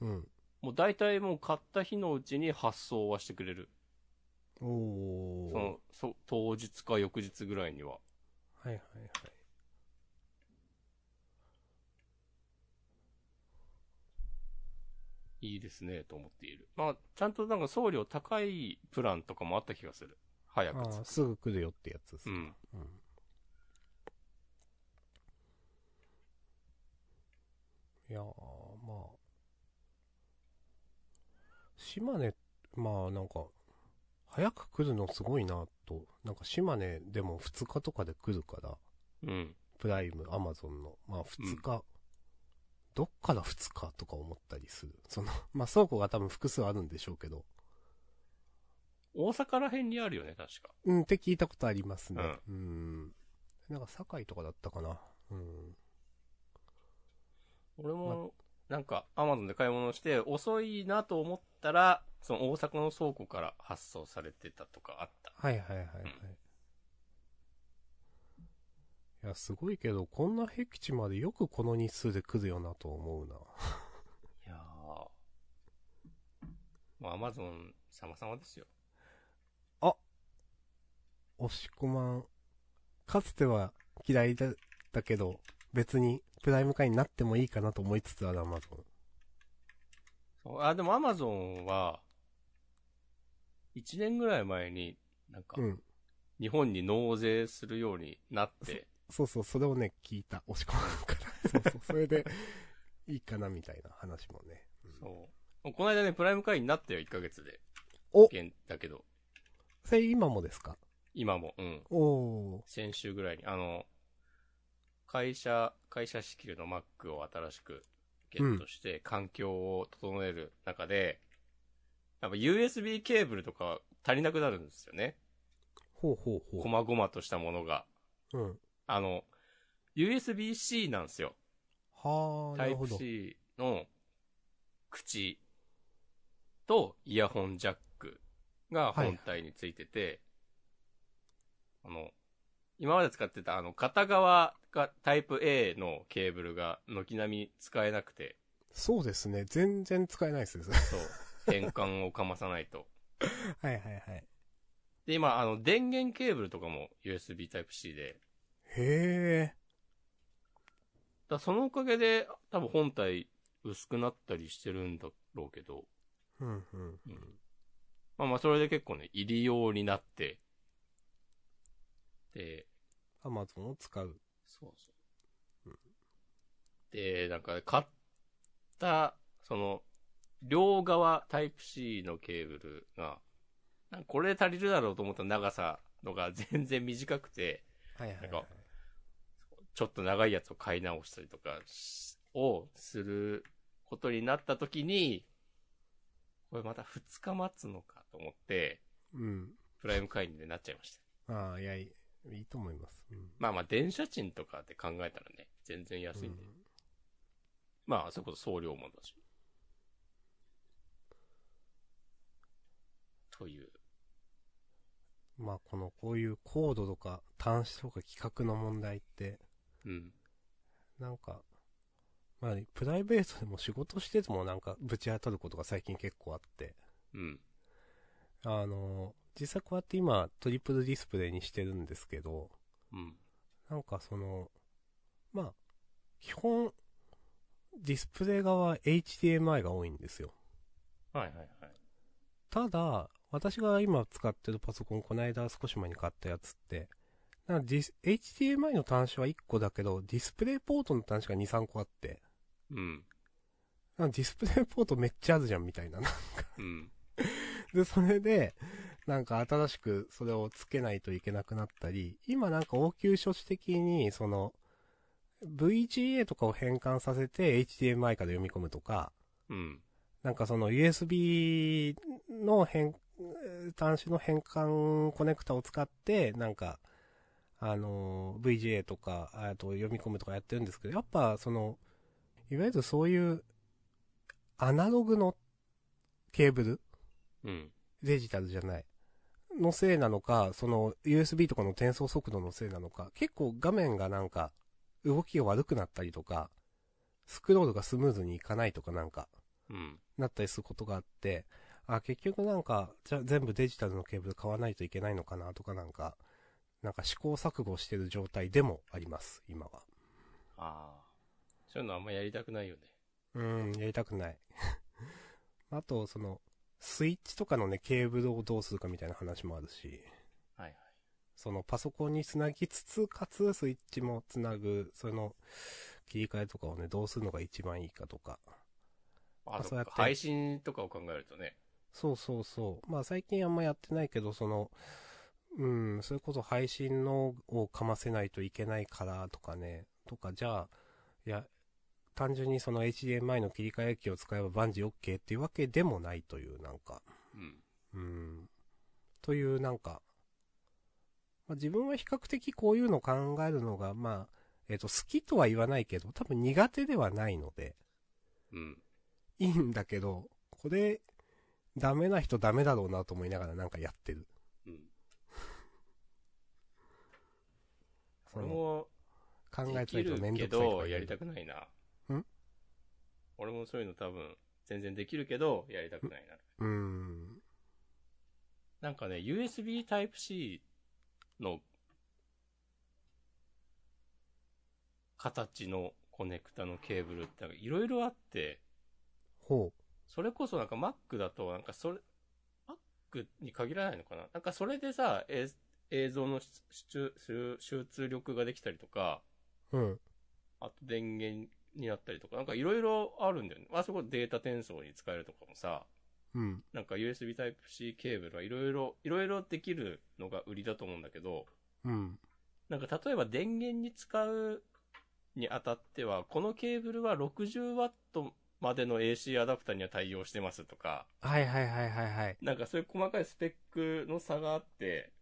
うん。もう大体もう買った日のうちに発送はしてくれる。おー。その、そ当日か翌日ぐらいには。はいはいはい。いいですね、と思っている。まあ、ちゃんとなんか送料高いプランとかもあった気がする。早あくつーすぐ来るよってやつですうね。ん。うん。いやー、まあ。島根、まあなんか、早く来るのすごいなと。なんか島根でも2日とかで来るから、うん。プライム、アマゾンの。まあ2日、どっから2日とか思ったりする。その、 [LAUGHS] まあ倉庫が多分複数あるんでしょうけど。大阪ら辺にあるよね、確か。うん、って聞いたことありますね。うん。なんか、堺とかだったかな。うん。俺も、なんか、アマゾンで買い物して、遅いなと思ったら、その大阪の倉庫から発送されてたとかあった。はいはいはいはい。いや、すごいけど、こんな僻地までよくこの日数で来るよなと思うな。いやー。もうアマゾン様々ですよ。押し込まん。かつては嫌いだったけど、別にプライム会になってもいいかなと思いつつあるアマゾン。そうあ、でもアマゾンは、1年ぐらい前に、なんかう、ん。日本に納税するようにな [LAUGHS] って、そうそう、それをね、聞いた。押し込ま [LAUGHS] んから。そうそう、それで、いいかなみたいな話もね。うんそう。この間ね、プライム会員になったよ、1ヶ月で。お現だけど、それ今もですか今も、うん。おー。先週ぐらいに、あの、会社、会社仕切りの Mac を新しくゲットして、環境を整える中で、やっぱ USB ケーブルとか足りなくなるんですよね。ほうほうほ細々としたものが。う。うん。あの、USB-C なんですよ。はあ、なタるイほプど。 C の口とイヤホンジャックが本体についてて、あの、今まで使ってたあの片側がタイプ A のケーブルが軒並み使えなくて、そうですね。全然使えないですね。そう、変換をかまさないと。 [LAUGHS] はいはいはい。で、今、あの、電源ケーブルとかも USB タイプ C で、へえ。だそのおかげで多分本体薄くなったりしてるんだろうけど、うんうん。うんまあまあ、それで結構ね、入り用になって、で、アマゾンを使う。そうそう。で、なんか、買った、その、両側タイプ C のケーブルが、なんかこれで足りるだろうと思った長さのが [LAUGHS] 全然短くて、はいはい、なはんいか。ちょっと長いやつを買い直したりとかしをすることになった時に、これまた2日待つのかと思って、うん。プライム会員になっちゃいました。ああ、いや、いいいいと思います。うん。まあまあ、電車賃とかで考えたらね、全然安いんで。うんまあ、それこそ送料もだし。という。まあ、この、こういうコードとか、端子とか規格の問題って、うん。なんか、まあ、プライベートでも仕事しててもなんか、ぶち当たることが最近結構あって。うん。あの、実際こうやって今、トリプルディスプレイにしてるんですけど、うん。なんかその、まあ、基本、ディスプレイ側 HDMI が多いんですよ。はいはいはい。ただ、私が今使ってるパソコン、この間少し前に買ったやつって、なんかディス HDMI の端子は1個だけど、ディスプレイポートの端子が2、3個あって、うん。なんかディスプレイポートめっちゃあるじゃんみたいな。うん。で、それで、なんか新しくそれをつけないといけなくなったり、今なんか応急処置的に、その、VGA とかを変換させて HDMI から読み込むとか、うん。なんかその USB の変、端子の変換コネクタを使って、なんか、あの、VGA とか、あと読み込むとかやってるんですけど、やっぱその、いわゆるそういう、アナログのケーブルうん。デジタルじゃない。のせいなのか、その USB とかの転送速度のせいなのか、結構画面がなんか、動きが悪くなったりとか、スクロールがスムーズにいかないとかなんか、うん。なったりすることがあって、あ、結局なんか、じゃあ全部デジタルのケーブル買わないといけないのかなとかなんか、なんか試行錯誤してる状態でもあります、今は。ああ。そういうのあんまやりたくないよね。うん、やりたくない。 [LAUGHS] あと、その、スイッチとかのね、ケーブルをどうするかみたいな話もあるし、はいはい。そのパソコンにつなぎつつ、かつスイッチもつなぐ、その、切り替えとかをね、どうするのが一番いいかとか。ああとそうやって配信とかを考えるとね。そうそうそう。まあ最近あんまやってないけど、その、うん、それこそ配信のをかませないといけないからとかね、とか、じゃあ、いや、単純にその HDMI の切り替え機を使えば万事 OK っていうわけでもないという、なんか、うん。うん、というなんか、まあ、自分は比較的こういうのを考えるのが、まあ、えっ、と、好きとは言わないけど、多分苦手ではないので、うん。いいんだけど、これ、ダメな人ダメだろうなと思いながらなんかやってる。うん。そこのれも、考えでといきてるめんどけくさいとど、かや言うりたくないな。ん俺もそういうの多分、全然できるけど、やりたくないな。うん。なんかね、USB Type-C の形のコネクタのケーブルっていろいろあって、ほそれこそなんか Mac だとなんかそれ、Mac に限らないのかななんかそれでさ、え映像の出出出出力ができたりとか、う。うん。あと電源になったりとか、なんかいろいろあるんだよね。まあそこデータ転送に使えるとかもさ、うん。なんか USB Type-C ケーブルはいろいろ、いろいろできるのが売りだと思うんだけど、うん。なんか例えば電源に使うにあたっては、このケーブルは 60W までの AC アダプターには対応してますとか、はいはいはいはいはい。なんかそういう細かいスペックの差があって、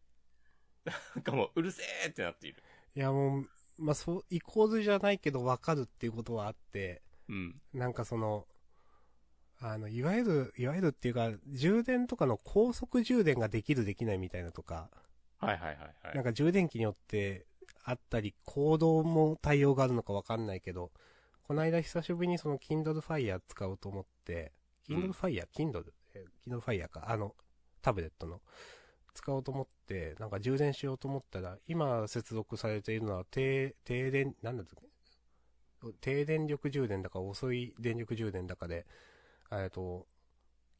なんかもううるせえってなっている。いやもう、まあ、そう、イコールじゃないけどわかるっていうことはあって、うん。なんかその、あの、いわゆる、いわゆるっていうか、充電とかの高速充電ができるできないみたいなとか、はいはいはいはい。なんか充電器によってあったり、行動も対応があるのかわかんないけど、この間久しぶりにその Kindle Fire 使おうと思って、うん Kindle Fire、Kindle、え Kindle Fire か、あの、タブレットの。使おうと思って、なんか充電しようと思ったら、今接続されているのは低、停電、なんだっけ低電力充電だか遅い電力充電だかで、えっと、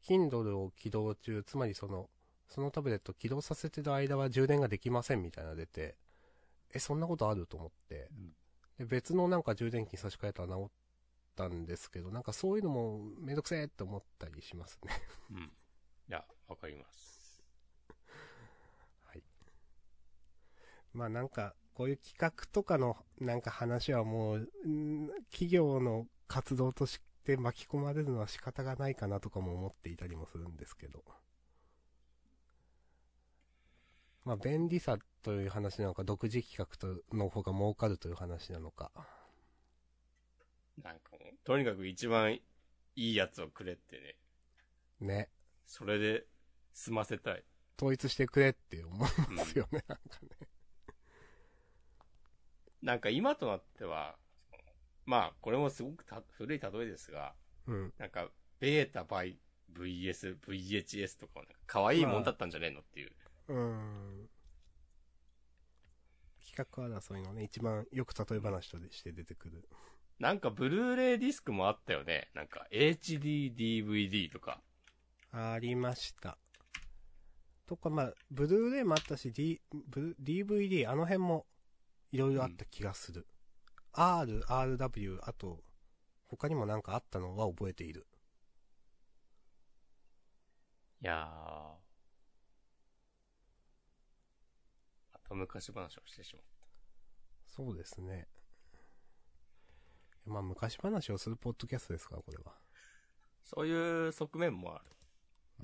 Kindle を起動中、つまりその、そのタブレットを起動させてる間は充電ができませんみたいなの出て、え、そんなことあると思って、で別のなんか充電器に差し替えたら治ったんですけど、なんかそういうのもめんどくせえって思ったりしますね。 [LAUGHS] うん。いや、わかります。まあなんか、こういう企画とかのなんか話はもう、ん企業の活動として巻き込まれるのは仕方がないかなとかも思っていたりもするんですけど。まあ便利さという話なのか、独自企画との方が儲かるという話なのか。なんかもう、とにかく一番いいやつをくれってね、ね。それで済ませたい。統一してくれって思いうんますよね、なん [LAUGHS] かね。なんか今となっては、そのまあこれもすごくた古い例えですが、うん。なんか、ベータ by VS、VHS とかはなんか可愛いもんだったんじゃねえのっていう。うん。企画争いのね、一番よく例え話として出てくる。なんか、ブルーレイディスクもあったよね。なんか、HDDVD とか。ありました。とか、まあ、ブルーレイもあったし、D、ブル DVD、あの辺もいろいろあった気がする。R、RW、あと、他にもなんかあったのは覚えている。いやー。また昔話をしてしまそうですね。まあ、昔話をするポッドキャストですから、これは。う。そういう側面もある。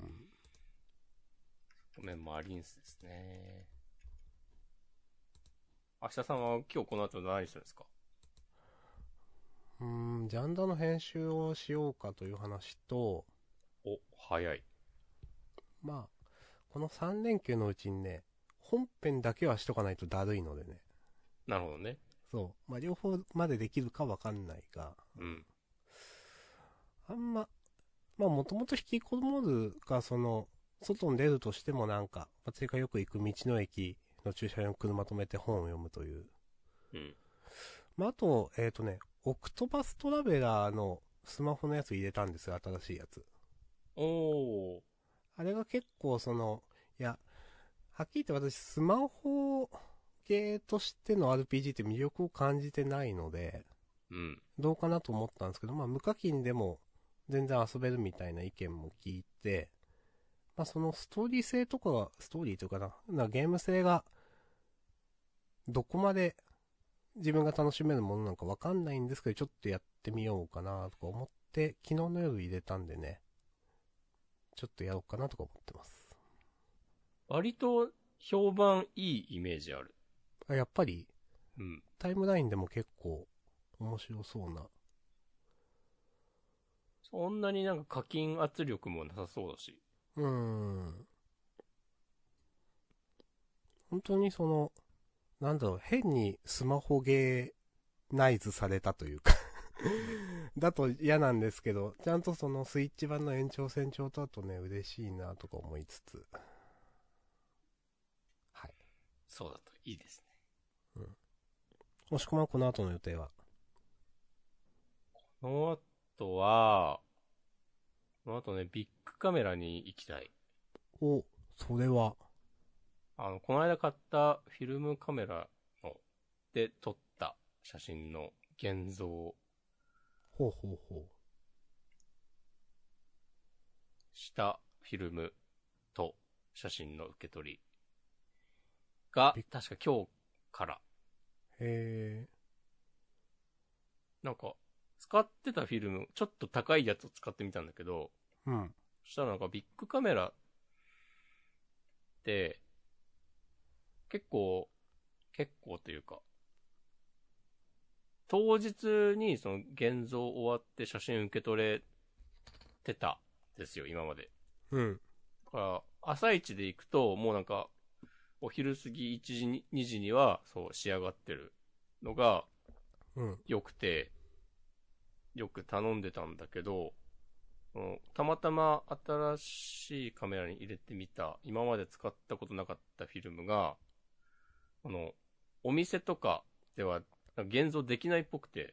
うん。側面もありんすですね。明日さんは今日この後何するんですかうーん、ジャンダの編集をしようかという話と、お、早い。まあ、この3連休のうちにね、本編だけはしとかないとだるいのでね。なるほどね。そう。まあ、両方までできるかわかんないが、うん。あんま、まあ、もともと引きこもるか、その、外に出るとしてもなんか、私がよく行く道の駅の駐車場に車止めて本を読むという。うん。まあ、あと、えっ、とね、オクトパストラベラーのスマホのやつ入れたんですよ、新しいやつ。おー。あれが結構その、いや、はっきり言って私、スマホゲーとしての RPG って魅力を感じてないので、うん。どうかなと思ったんですけど、まあ無課金でも全然遊べるみたいな意見も聞いて、まあそのストーリー性とかが、ストーリーというかな、なゲーム性が、どこまで自分が楽しめるものなんかわかんないんですけど、ちょっとやってみようかなとか思って、昨日の夜入れたんでね、ちょっとやろうかなとか思ってます。割と評判いいイメージある。あやっぱり、うん。タイムラインでも結構面白そうな。そんなになんか課金圧力もなさそうだし。うーん。本当にその、なんだろう、変にスマホゲーナイズされたというか、 [LAUGHS] だと嫌なんですけど、ちゃんとそのスイッチ版の延長線上だとね、嬉しいなとか思いつつ。はい。そうだといいですね。もしくはこの後の予定は。この後は、この後ね、ビッグカメラに行きたい。お、それは。あの、この間買ったフィルムカメラの、で撮った写真の現像ほうほうほしたフィルムと写真の受け取りがびっ、確か今日から、う。へえ。なんか、使ってたフィルム、ちょっと高いやつを使ってみたんだけど、うん。そしたらなんかビッグカメラって、結構、結構というか、当日にその現像終わって写真受け取れてたんですよ、今まで。うん。だから、朝一で行くと、もうなんか、お昼過ぎ1時に、2時には、そう、仕上がってるのが、うん。良くて、よく頼んでたんだけど、そのたまたま新しいカメラに入れてみた、今まで使ったことなかったフィルムが、あの、お店とかでは現像できないっぽくて、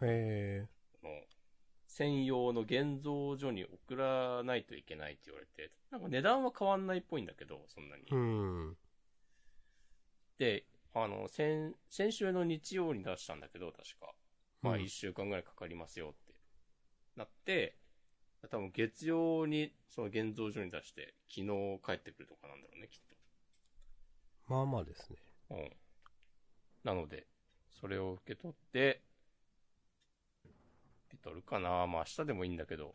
へえ。あの専用の現像所に送らないといけないって言われて、なんか値段は変わんないっぽいんだけど、そんなに。うん。で、あの、先、先週の日曜に出したんだけど、確か。まあ、一週間ぐらいかかりますよって、なって、多分月曜に、その現像所に出して、昨日帰ってくるとかなんだろうね、きっまあまあですね。と。うん。なので、それを受け取って、受け取るかなまあ、明日でもいいんだけど、っ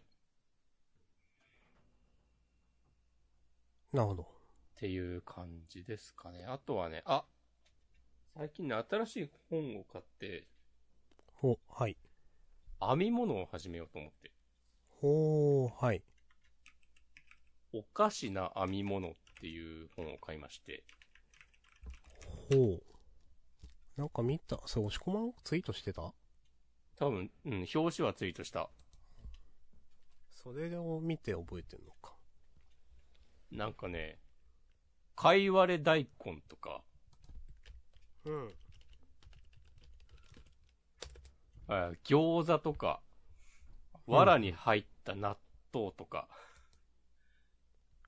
なるほど。ていう感じですかね。あとはね、あ最近ね、新しい本を買って、お、はい。編み物を始めようと思って。ほー、はい。おかしな編み物っていう本を買いまして、ほう。なんか見た、それ押し込まんツイートしてた多分、うん、表紙はツイートした。それを見て覚えてんのか。なんかね、かいわれ大根とか、うん。あ餃子とか、藁に入った納豆とか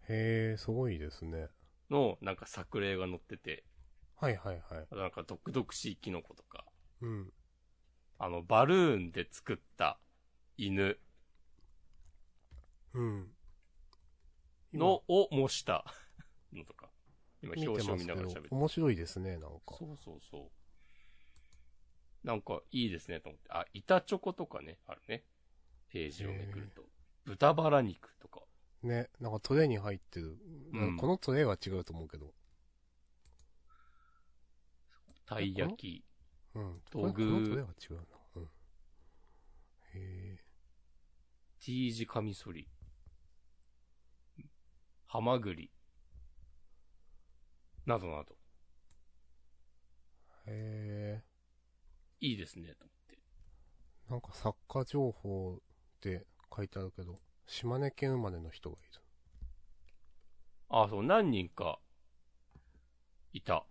へー、すごいですね。の、なんか作例が載ってて、はいはいはい。あとなんか毒々しいキノコとか、うん。あの、バルーンで作った犬うん。の、を模した [LAUGHS] のとか、今今表見て紙をま見すなけがら喋っどて、面白いですね、なんか。そうそうそう。なんかいいですねと思って。あ、板チョコとかね、あるね。ページをめくると。豚バラ肉とか。ね、なんかトレイに入ってうる。んなんかこのトレイは違うと思うけど。たい焼き。うん。道具これこのトレイは違うな。うん。へ T 字カミソリ。ハマグリ、などなど、へいいですね、と思って。え。なんか作家情報って書いてあるけど、島根県生まれの人がいる。あ、そう、何人か、いた。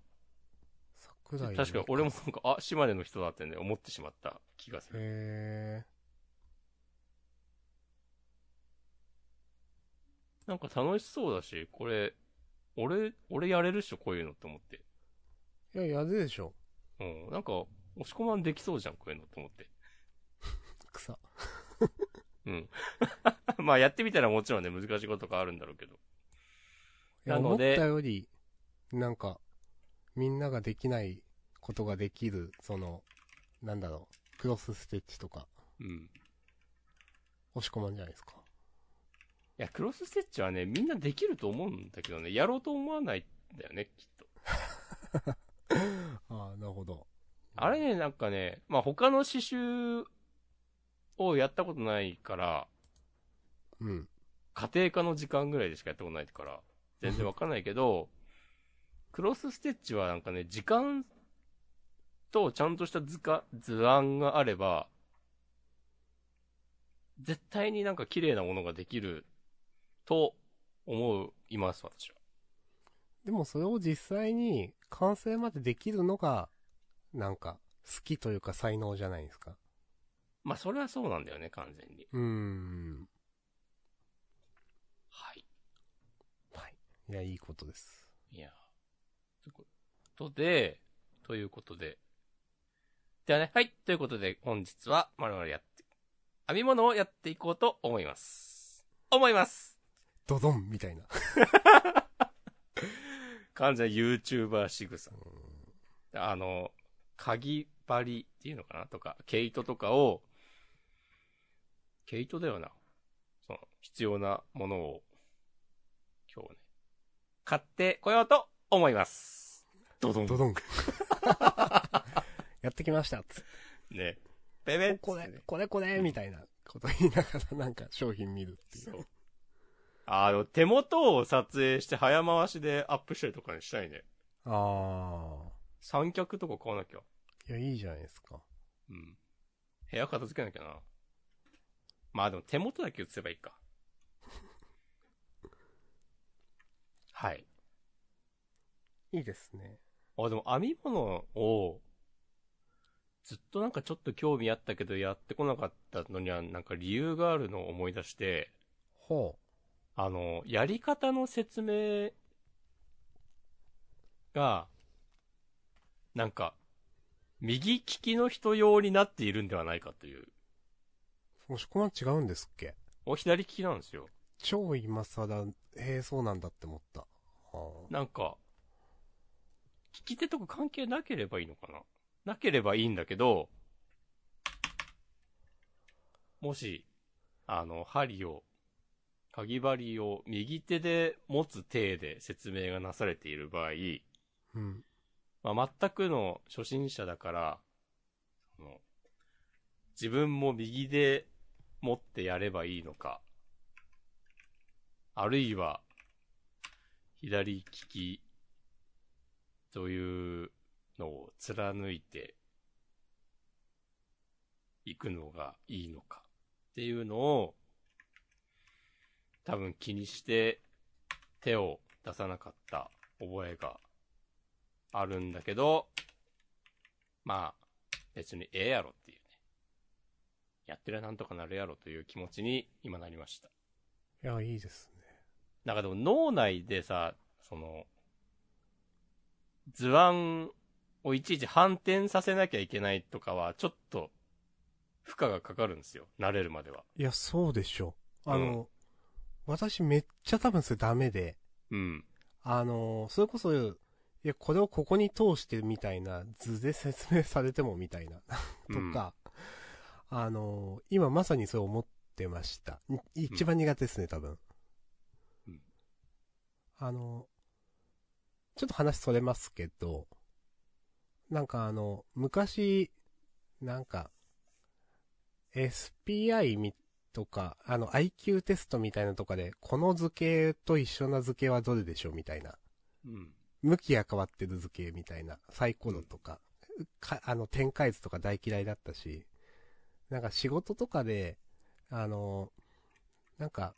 桜井。確かに俺も。なんか、あ、島根の人だってね、思ってしまった気がする。へえ。なんか楽しそうだし、これ、俺、俺やれるっしょ、こういうのって思って。いや、やるでしょ。うん、なんか、押し込まんできそうじゃん、こういうのって思って。 [LAUGHS] 草。うん。まあ、やってみたらもちろんね、難しいことがあるんだろうけど。いやなので思ったより、なんか、みんなができないことができる、その、なんだろう、クロスステッチとか、うん。押し込まんじゃないですか。いや、クロスステッチはね、みんなできると思うんだけどね、やろうと思わないんだよね、きっと。ああ、なるほど。あれね、なんかね、まあ、他の刺繍をやったことないから、うん。家庭科の時間ぐらいでしかやったことないから、全然わかんないけど、 [LAUGHS] クロスステッチはなんかね、時間とちゃんとした図か、図案があれば、絶対になんか綺麗なものができると思います、私は。でもそれを実際に完成までできるのが、なんか、好きというか才能じゃないですか。まあ、それはそうなんだよね、完全に。うーん。はい。はい。いや、いいことです。いや。ということで、ということで。ではね、はい。ということで、本日は、まるまるやって、編み物をやっていこうと思います。思いますドドンみたいな。完全 YouTuber 仕草。あの、鍵針っていうのかなとか、毛糸とかを、毛糸だよな。その、必要なものを、今日ね、買ってこようと思います。ドドンドドン。 [LAUGHS] やってきました。つってね。ベベッこつってれね、これこれみたいなこと言いながらなんか商品見るっていう。そう。あの、手元を撮影して早回しでアップしたりとかにしたいね。あ三脚とか買わなきゃ。あ。いや、いいじゃないですか。うん。部屋片付けなきゃな。まあでも手元だけ映せばいいか。はい。いいですね。あ、でも編み物を、ずっとなんかちょっと興味あったけどやってこなかったのにはなんか理由があるのを思い出して、ほあの、やり方の説明が、なんか、右利きの人用になっているんではないかという。う。もしこまん違うんですっけお左利きなんですよ。超今更、へえ、そうなんだって思った。はなんか、利き手とか関係なければいいのかななければいいんだけど、もし、あの、針を、鍵針を右手で持つ手で説明がなされている場合、あ、うん。まあ、全くの初心者だから、その自分も右で持ってやればいいのか、あるいは、左利きというのを貫いていくのがいいのかっていうのを多分気にして手を出さなかった覚えがあるんだけど、まあ、別にええやろっていうね。やってりゃなんとかなるやろという気持ちに今なりました。いや、いいですね。なんかでも脳内でさ、その、図案をいちいち反転させなきゃいけないとかは、ちょっと、負荷がかかるんですよ。慣れるまでは。いや、そうでしょ。あの、私めっちゃ多分それダメで、うん。あの、それこそ、いや、これをここに通してみたいな図で説明されてもみたいな、とか、あの、今まさにそれ思ってました。い一番苦手ですね、多分。うんあの、ちょっと話それますけど、なんかあの、昔、なんか、SPI みとか、あの IQ テストみたいなとかで、この図形と一緒な図形はどれでしょうみたいな。うん。向きが変わってる図形みたいな、サイコロとか、かあの、展開図とか大嫌いだったし、なんか仕事とかで、あの、なんか、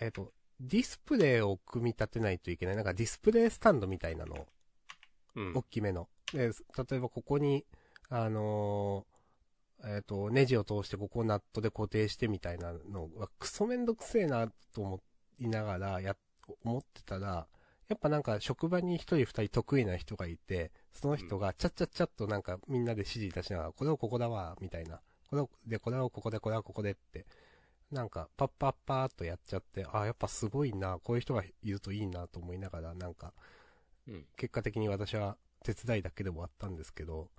えっ、と、ディスプレイを組み立てないといけない。なんかディスプレイスタンドみたいなのをうん大。きめの。で、す例えばここに、あのーえっ、と、ネジを通してここをナットで固定してみたいなのは、クソめんどくせえなと思いながらや、思ってたら、やっぱなんか職場に一人二人得意な人がいて、その人がちゃっちゃっちゃっとなんかみんなで指示出しながら、これをここだわ、みたいな。これを、で、これをここで、これはここでって。なんか、パッパッパーっとやっちゃって、ああ、やっぱすごいな、こういう人がいるといいなと思いながら、なんか、うん。結果的に私は手伝いだけで終わったんですけど、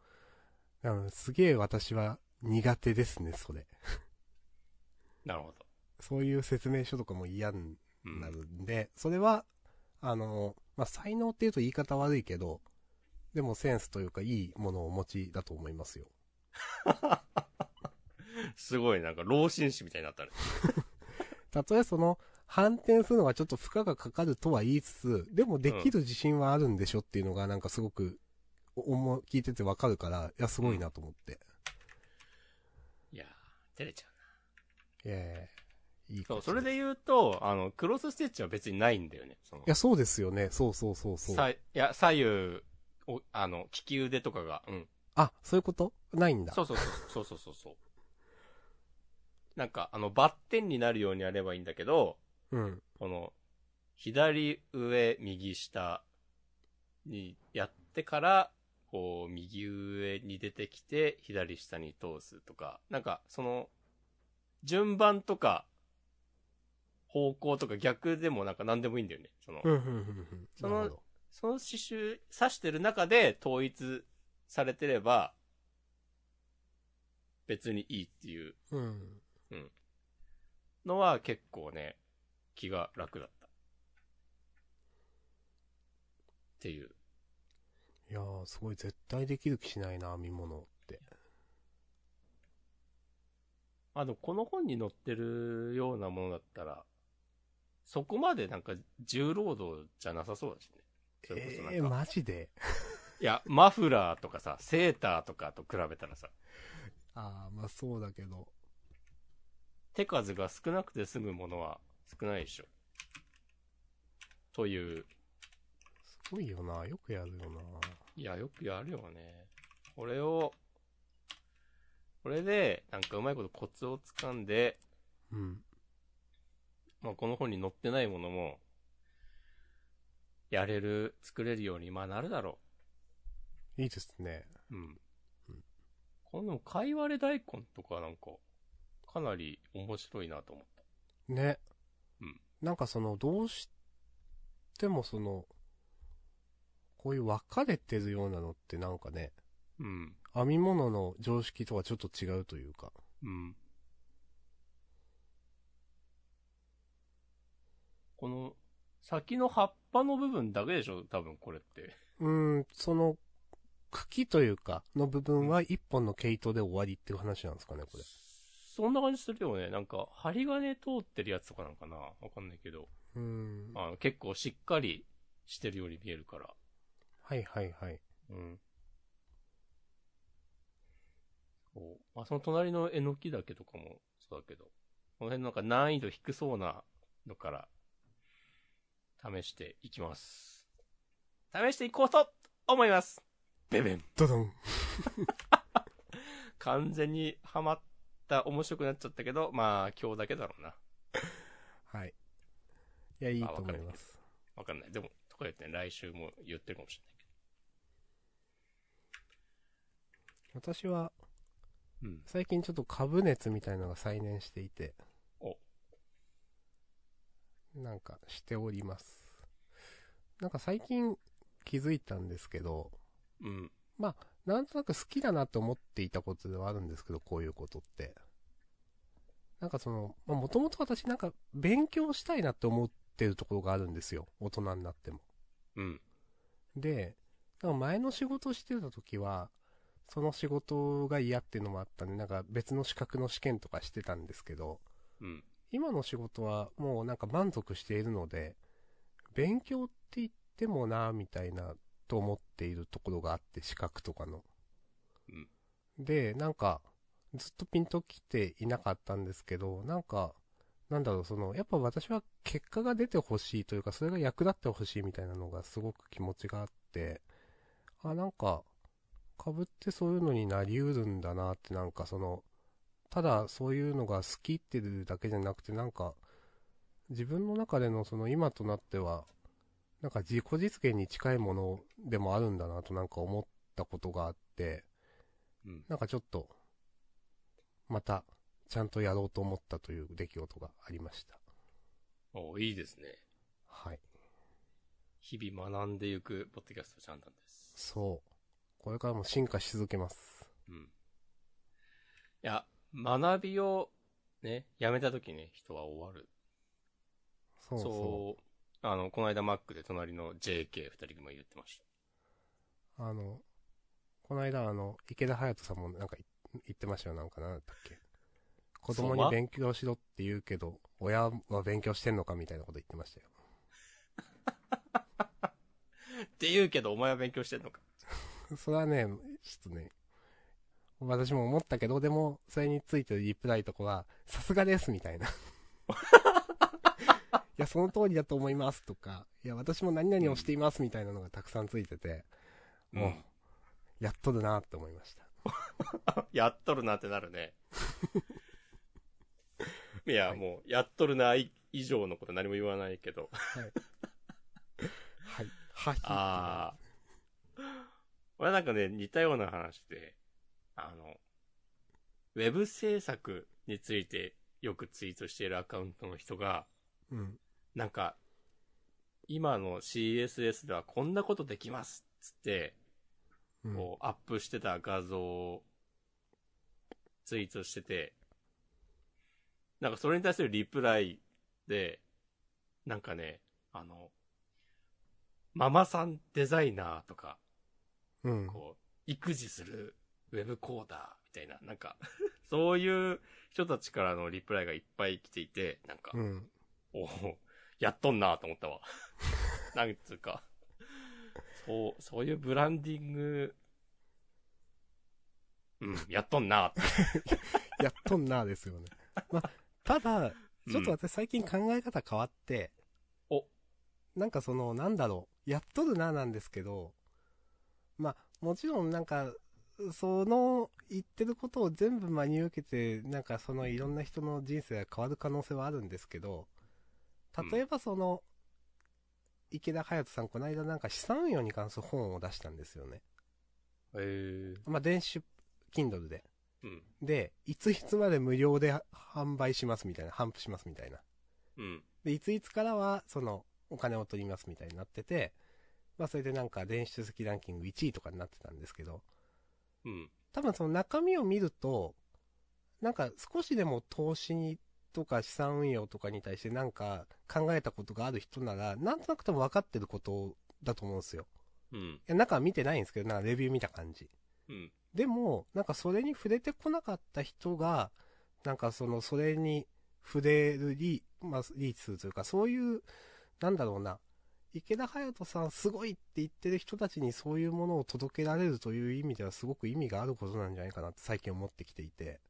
うん、すげえ私は苦手ですね、それ。なるほど。そういう説明書とかも嫌にうん。なるんで、それは、あの、まあ、才能っていうと言い方悪いけど、でもセンスというかいいものをお持ちだと思いますよ。すごい、なんか、老紳士みたいになったね。たとえその、反転するのはちょっと負荷がかかるとは言いつつ、でもできる自信はあるんでしょっていうのがなんかすごく、お思う聞いててわかるから、いや、すごいなと思って。いやー、照れちゃうな。ええいいそう、ことそれで言うと、あの、クロスステッチは別にないんだよね。そのいや、そうですよね。そうそうそうそう。さいや、左右、おあの、利き腕とかが、うん。あ、そういうことないんだ。そうそうそう、そうそうそうそう。なんか、あの、バッテンになるようにやればいいんだけど、うん。この、左上、右下にやってから、こう、右上に出てきて、左下に通すとか、なんか、その、順番とか、方向とか逆でもなんか何でもいいんだよね。その、うん、うん、うん。そのなるほどその刺繍刺してる中で統一されてれば、別にいいっていううん。のは結構ね、気が楽だった。っていう。いやー、すごい、絶対できる気しないな、見物って。あの、でもこの本に載ってるようなものだったら、そこまでなんか重労働じゃなさそうだしね。それこそなんかえー、マジでいや、マフラーとかさ、セーターとかと比べたらさ、あー、まあそうだけど。手数が少なくて済むものは少ないでしょ。という。すごいよな、よくやるよな。いや、よくやるよね。これを、これで、なんかうまいことコツをつかんで、うん。まあ、この本に載ってないものも、やれる、作れるように、まあ、なるだろいいですね。う。うんうん。この、かいわれ大根とかなんか、かなり面白いなと思った。ね。うん。なんかその、どうしてもその、こういう分かれてるようなのってなんかね、うん。編み物の常識とはちょっと違うというか。うん。この、先の葉っぱの部分だけでしょ多分これって。うーん、その、茎というか、の部分は一本の毛糸で終わりっていう話なんですかね、これ。そんな感じするよね。なんか、針金通ってるやつとかなんかなわかんないけど。うーん。あの結構しっかりしてるように見えるから。はいはいはい。うん。そう。まあ、その隣のえのきだけとかもそうだけど、この辺なんか難易度低そうなのから、試していきます。試していこうと思いますベベンドドン。完全にハマった、面白くなっちゃったけど、まあ、今日だけだろうな。はい。いや、いいあと思いわかるまけす。わかんない。でも、とか言ってね、来週も言ってるかもしれない私は、けど。うん。最近ちょっと株熱みたいなのが再燃していて。おなんか、しております。なんか最近気づいたんですけど、うん。なんとなく好きだなと思っていたことではあるんですけど、こういうことって。なんかその、まあ、もともと私なんか勉強したいなって思ってるところがあるんですよ。大人になっても。うん。で、なんか前の仕事してた時は、その仕事が嫌っていうのもあったんで、なんか別の資格の試験とかしてたんですけど、うん。今の仕事はもうなんか満足しているので、勉強って言ってもな、みたいな、と思っているところがあって、資格とかの。うんで、なんか、ずっとピンときていなかったんですけど、なんか、なんだろう、その、やっぱ私は結果が出てほしいというか、それが役立ってほしいみたいなのがすごく気持ちがあって、あ、なんか、株ってそういうのになりうるんだなって、なんかその、ただそういうのが好きっていうだけじゃなくて、なんか、自分の中でのその今となっては、なんか自己実現に近いものでもあるんだなとなんか思ったことがあって、うん。なんかちょっと、また、ちゃんとやろうと思ったという出来事がありました。おいいですね。はい。日々学んでいく、ポッドキャストちゃんなんです。そう。これからも進化し続けます。うん。いや、学びを、ね、やめた時ね、人は終わる。そうそう。そうあの、この間マックで隣の JK 二人組も言ってました。あの、この間あの、池田隼人さんもなんかい言ってましたよ。なんかなんだったっけ。子供そにば勉強しろって言うけど、親は勉強してんのかみたいなこと言ってましたよ。 [LAUGHS] って言うけど、お前は勉強してんのか。それはね、ちょっとね、私も思ったけど、でも、それについてリプライとかは、さすがですみたいな。い [LAUGHS] や、その通りだと思いますとか、いや、私も何々をしていますみたいなのがたくさんついてて、もう、やっとるなって思いました。やっとるなってなるね。 [LAUGHS] いや、もう、やっとるない以上のこと何も言わないけど。はい。はい。ああ。俺なんかね、似たような話で、あの、ウェブ制作についてよくツイートしているアカウントの人が、うん。なんか、今の CSS ではこんなことできますっつって、うん。こう、アップしてた画像をツイートしてて、なんかそれに対するリプライで、なんかね、あの、ママさんデザイナーとか、うん。こう、育児するウェブコーダーみたいな、なん [LAUGHS] か、そういう人たちからのリプライがいっぱい来ていて、なんか、うん。おおやっとんなと思ったわ。 [LAUGHS] なんつうか。そう、そういうブランディング、うん、やっとん [LAUGHS] なって。やっとんなーですよね。まあ、たうだ、んちょっと私最近考え方変わって、おなんかその、なんだろう、やっとるななんですけど、まあ、もちろんなんか、その言ってることを全部真に受けて、なんかそのいろんな人の人生が変わる可能性はあるんですけど、例えばその、池田隼人さんこの間なんか資産運用に関する本を出したんですよね。えー、まあ、電子、Kindle で。うん、で、いついつまで無料で販売しますみたいな、販布しますみたいな。うん、で、いついつからは、その、お金を取りますみたいになってて、まあそれでなんか電子書籍ランキング1位とかになってたんですけど、うん、多分その中身を見ると、なんか少しでも投資にとか資産運用とかに対してなんか考えたことがある人なら、なんとなく多分分かってることだと思うんですよ。うん、いや、中は見てないんですけど、なんかレビュー見た感じ。うん、でも、なんかそれに触れてこなかった人が、なんかその、それに触れるリ、まあ、リーチするというか、そういう、なんだろうな、池田隼人さんすごいって言ってる人たちにそういうものを届けられるという意味ではすごく意味があることなんじゃないかなって最近思ってきていて。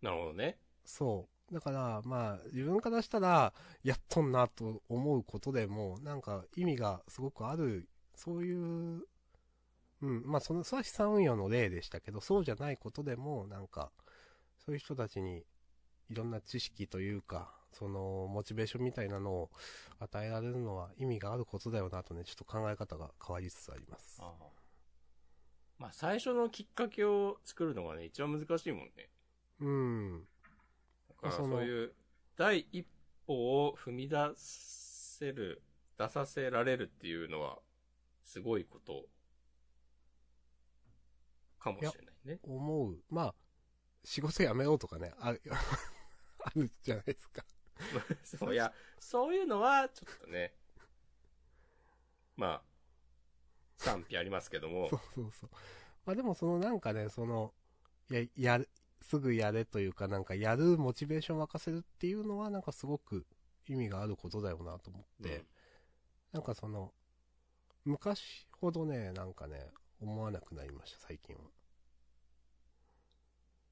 なるほどね。そう。だから、まあ、自分からしたら、やっとんなと思うことでも、なんか意味がすごくある、そういう、うん、まあ、その、それは資産運用の例でしたけど、そうじゃないことでも、なんか、そういう人たちに、いろんな知識というか、その、モチベーションみたいなのを与えられるのは意味があることだよなとね、ちょっと考え方が変わりつつあります。ああまあ、最初のきっかけを作るのがね、一番難しいもんね。うん。だからそそのういう、第一歩を踏み出せる、出させられるっていうのは、すごいこと、かもしれないね。思う。まあ、仕事辞めようとかね、あ [LAUGHS] あるじゃないですか。 [LAUGHS] そういや、そういうのは、ちょっとね、まあ、賛否ありますけどもそ、うそうそう。まあでもそのなんかね、その、いや、やる、すぐやれというか、なんかやるモチベーション沸かせるっていうのは、なんかすごく意味があることだよなと思って、なんかその、昔ほどね、なんかね、思わなくなりました、最近は。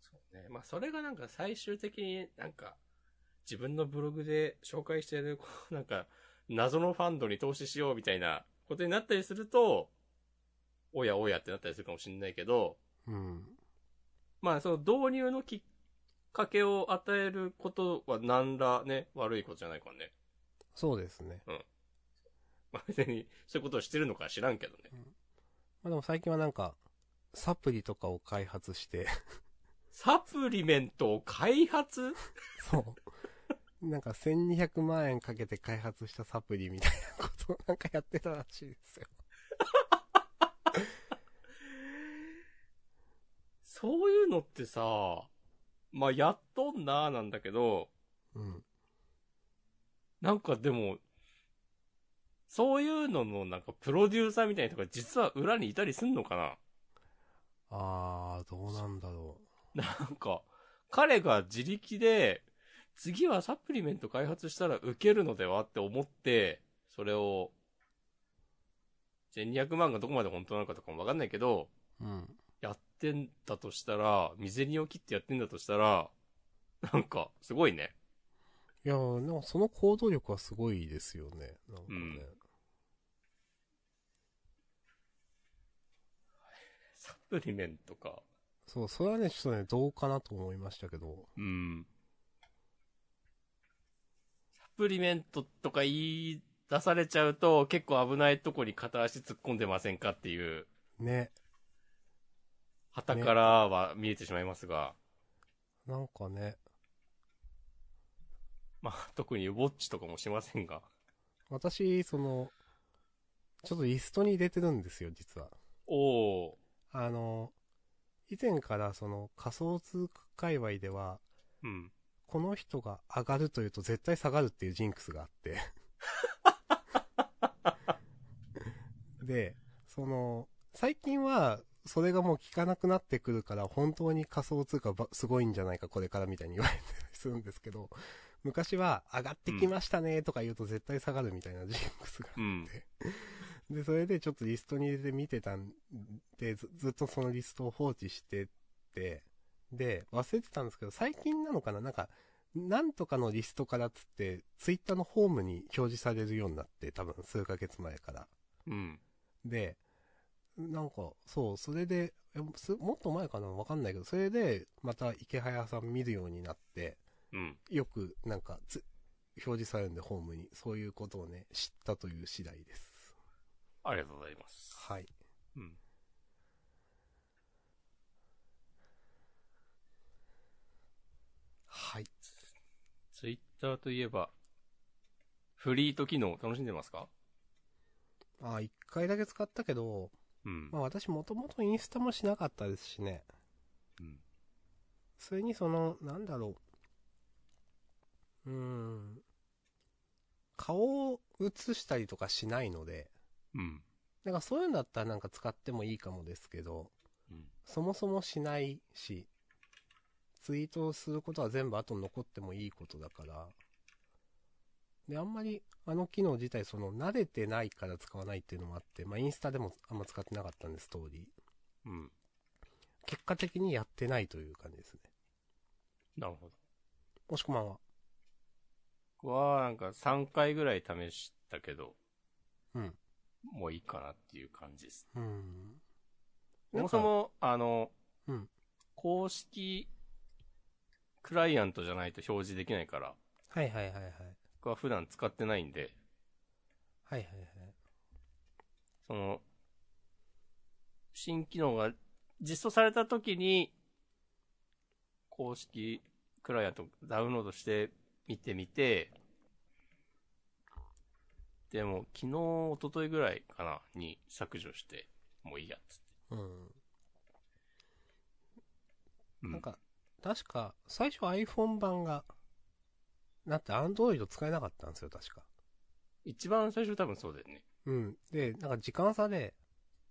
そうね。まあ、それがなんか最終的になんか、自分のブログで紹介してる、こう、 [LAUGHS] なんか、謎のファンドに投資しようみたいなことになったりすると、おやおやってなったりするかもしれないけど、うん。まあ、その導入のきっかけを与えることは何らね、悪いことじゃないからね。そうですね。まあ、別に、そういうことをしてるのかは知らんけどね。まあでも最近はなんか、サプリとかを開発して、サプリメントを開発そう。なんか1200万円かけて開発したサプリみたいなことをなんかやってたらしいですよ。そういうのってさ、まあ、やっとんなーなんだけど、うん。なんかでも、そういうののなんかプロデューサーみたいな人が実は裏にいたりすんのかあー、どうなんだろな [LAUGHS] なんか、彼が自力で、次はサプリメント開発したら受けるのではって思って、それを、1200万がどこまで本当なのかとかもわかんないけど、う。うん。やってんだとしたら、未然にを切ってやってんだとしたら、なんか、すごいね。いやー、でもその行動力はすごいですよね。なんかうね。んサプリメントか。そう、それはね、ちょっとね、どうかなと思いましたけど。うん。サプリメントとか言い出されちゃうと、結構危ないとこに片足突っ込んでませんかっていう、ね。旗からは見えてしまいますが、なんかね、まあ、特にウォッチとかもしませんが。私、その、ちょっとリストに入れてるんですよ、実は。おー。あの、以前からその仮想通貨界隈では、うん。この人が上がるというと絶対下がるっていうジンクスがあって。 [LAUGHS] で、その、最近は、それがもう効かなくなってくるから、本当に仮想通貨ばすごいんじゃないか、これからみたいに言われてたりするんですけど、昔は、上がってきましたねとか言うと絶対下がるみたいなジンクスがうん。で、それでちょっとリストに入れて見てたんで、ずずっとそのリストを放置してって、で、忘れてたんですけど、最近なのかななんか、なんとかのリストからっつって、ツイッターのホームに表示されるようになって、多分数ヶ月前から。うん。で、なんか、そう、それで、えすもっと前かなわかんないけど、それで、また池早さん見るようになって、うん。よくなんかつ、表示されるんで、ホームに。そういうことをね、知ったという次第です。ありがとうございます。はい。うん。はい。ツイッターといえば、フリート機能楽しんでますかああ、一回だけ使ったけど、うんまあ私もともとインスタもしなかったですしね。うん。それにその、なんだろう。うーん。顔を映したりとかしないので、うん。なんかそういうんだったらなんか使ってもいいかもですけど、うん。そもそもしないし、ツイートすることは全部後に残ってもいいことだから、で、あんまりあの機能自体その慣れてないから使わないっていうのもあって、まあインスタでもあんま使ってなかったんです、ストーリー。うん。結果的にやってないという感じですね。なるほど。もしこまんは。僕は、なんか3回ぐらい試したけど、うん。もういいかなっていう感じです。うん。そもそも、あの、うん公式クライアントじゃないと表示できないから、はいはいはいはい。僕は普段使ってないんで、はいはいはい。その、新機能が実装された時に、公式クライアントダウンロードして見てみて、でも昨日、一昨日ぐらいかな、に削除して、もういいやっつって。ううん。なん、か、確か、最初 iPhone 版が、だって Android 使えなかったんですよ、確か。一番最初多分そうだよね。うん。で、なんか時間差で、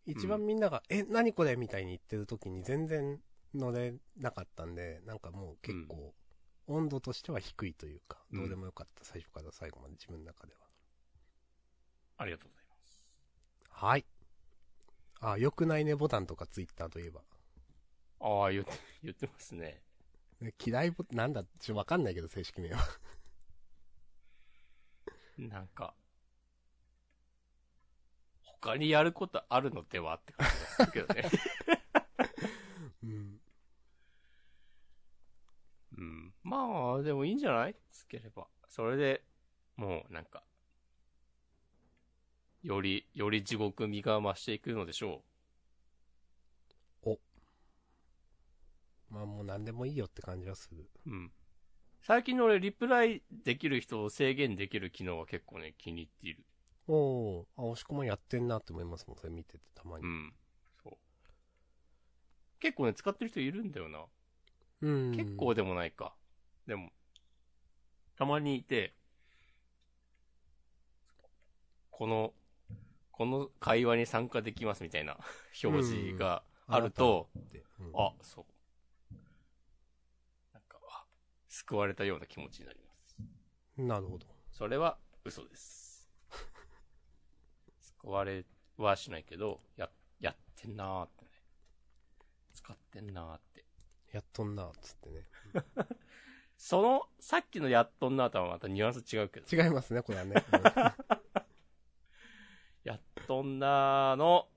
一番みんなが、え、何これみたいに言ってる時に全然乗れなかったんで、なんかもう結構、温度としては低いというか、うんどうでもよかった、最初から最後まで自分の中では。ありがとうございます。はい。あ、良くないねボタンとかツイッターといえば。ああ、言って、 [LAUGHS] 言ってますね。ね嫌いボタン、なんだ、ちょ、わかんないけど、正式名は。なんか、他にやることあるのではって感じがするけどね。うん。うん。まあ、でもいいんじゃないつければ。それで、もう、なんか、より、より地獄味が増していくのでしょまあもう何でもいいよって感じはする。う。うん。最近の俺、リプライできる人を制限できる機能は結構ね、気に入っている。おおあ、押し込まんやってんなって思いますもん、それ見ててたまうに。ん。そう。結構ね、使ってる人いるんだよな。うん。結構でもないか。でも、たまにいて、この、この会話に参加できますみたいな表示があると、って、うんあ、そう。なんか、あ救われたような気持ちになります。なるほど。それは嘘 [LAUGHS] です。救われはしないけど、や、やってんなーってね。使ってんなーって。やっとんな、つってね。その、さっきのやっとんなーとはまたニュアンス違うけど。違いますね、これは [LAUGHS] ね。やっとんなーの、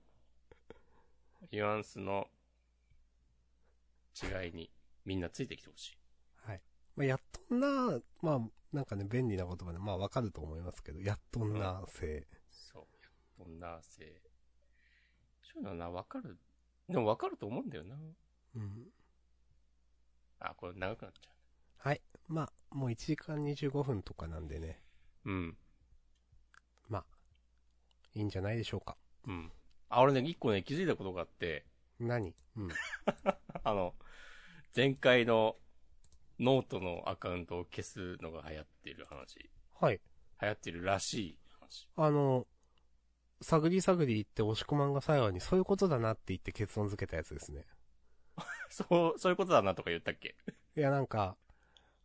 ニュアンスの違いにみんなついてきてほしい。はい。まあ、やっとんな、まあ、なんかね、便利な言葉で、まあ、わかると思いますけど、やっとんな、せそう。やっとんなー性。そういうのはな、わかる。でもわかると思うんだよな。い。うん。あ、これ長くなっちゃはい。まあ、もう1時間25分とかなんでね、う。うん。まあ、いいんじゃないでしょうか。うん。あ、俺ね、一個ね、気づいたことがあって、 [LAUGHS] 何うん。あの、前回のノートのアカウントを消すのが流行ってる話。はい。流行ってるらしい話。あの、探り探り言って押し込まんが最後に、そういうことだなって言って結論付けたやつですね。 [LAUGHS] そう、そういうことだなとか言ったっけいや、なんか、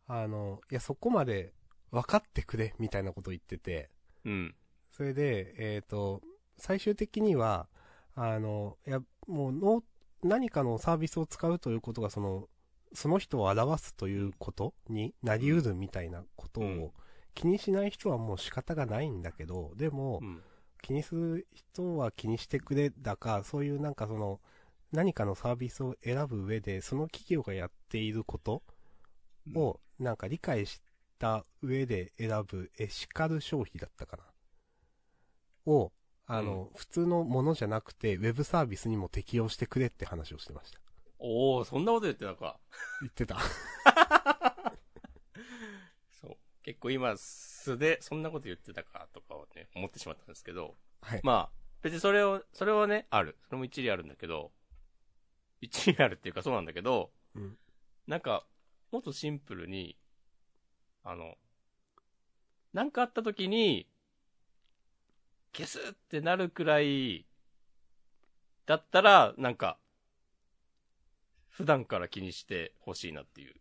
あの、いや、そこまで分かってくれ、みたいなこと言ってて、うん。それで、えっ、と、最終的には、あの、いや、もうの、何かのサービスを使うということが、その、その人を表すということになりうるみたいなことうんを気にしない人はもう仕方がないんだけど、でもう、ん。気にする人は気にしてくれだか、そういうなんかその、何かのサービスを選ぶ上で、その企業がやっていることを、なんか理解した上で選ぶエシカル消費だったかな。を、あの、普通のものじゃなくて、ウェブサービスにも適用してくれって話をしてました。おおそんなこと言ってたのか。言ってた。そう。結構今、素で、そんなこと言ってたか、とかをね、思ってしまったんですけど。はい。 [LAUGHS] まあ、別にそれを、それはね、ある。それも一理あるんだけど、一理あるっていうかそうなんだけど、うんなんか、もっとシンプルに、あの、なんかあった時に、消すってなるくらい、だったら、なんか、普段から気にしてほしいなっていう。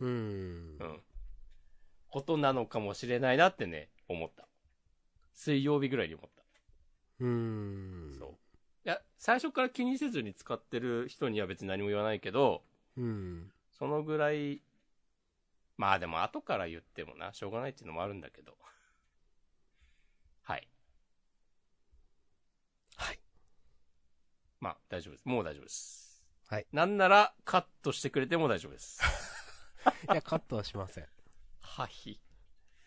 うーんう。ん。ことなのかもしれないなってね、思った。水曜日ぐらいに思った。うーん。そう。いや、最初から気にせずに使ってる人には別に何も言わないけど、う。うん。そのぐらい、まあでも後から言ってもな、しょうがないっていうのもあるんだけど。はい。はい。まあ大丈夫です。もう大丈夫です。はい。なんなら、カットしてくれても大丈夫です。いや、カットはしません。はい。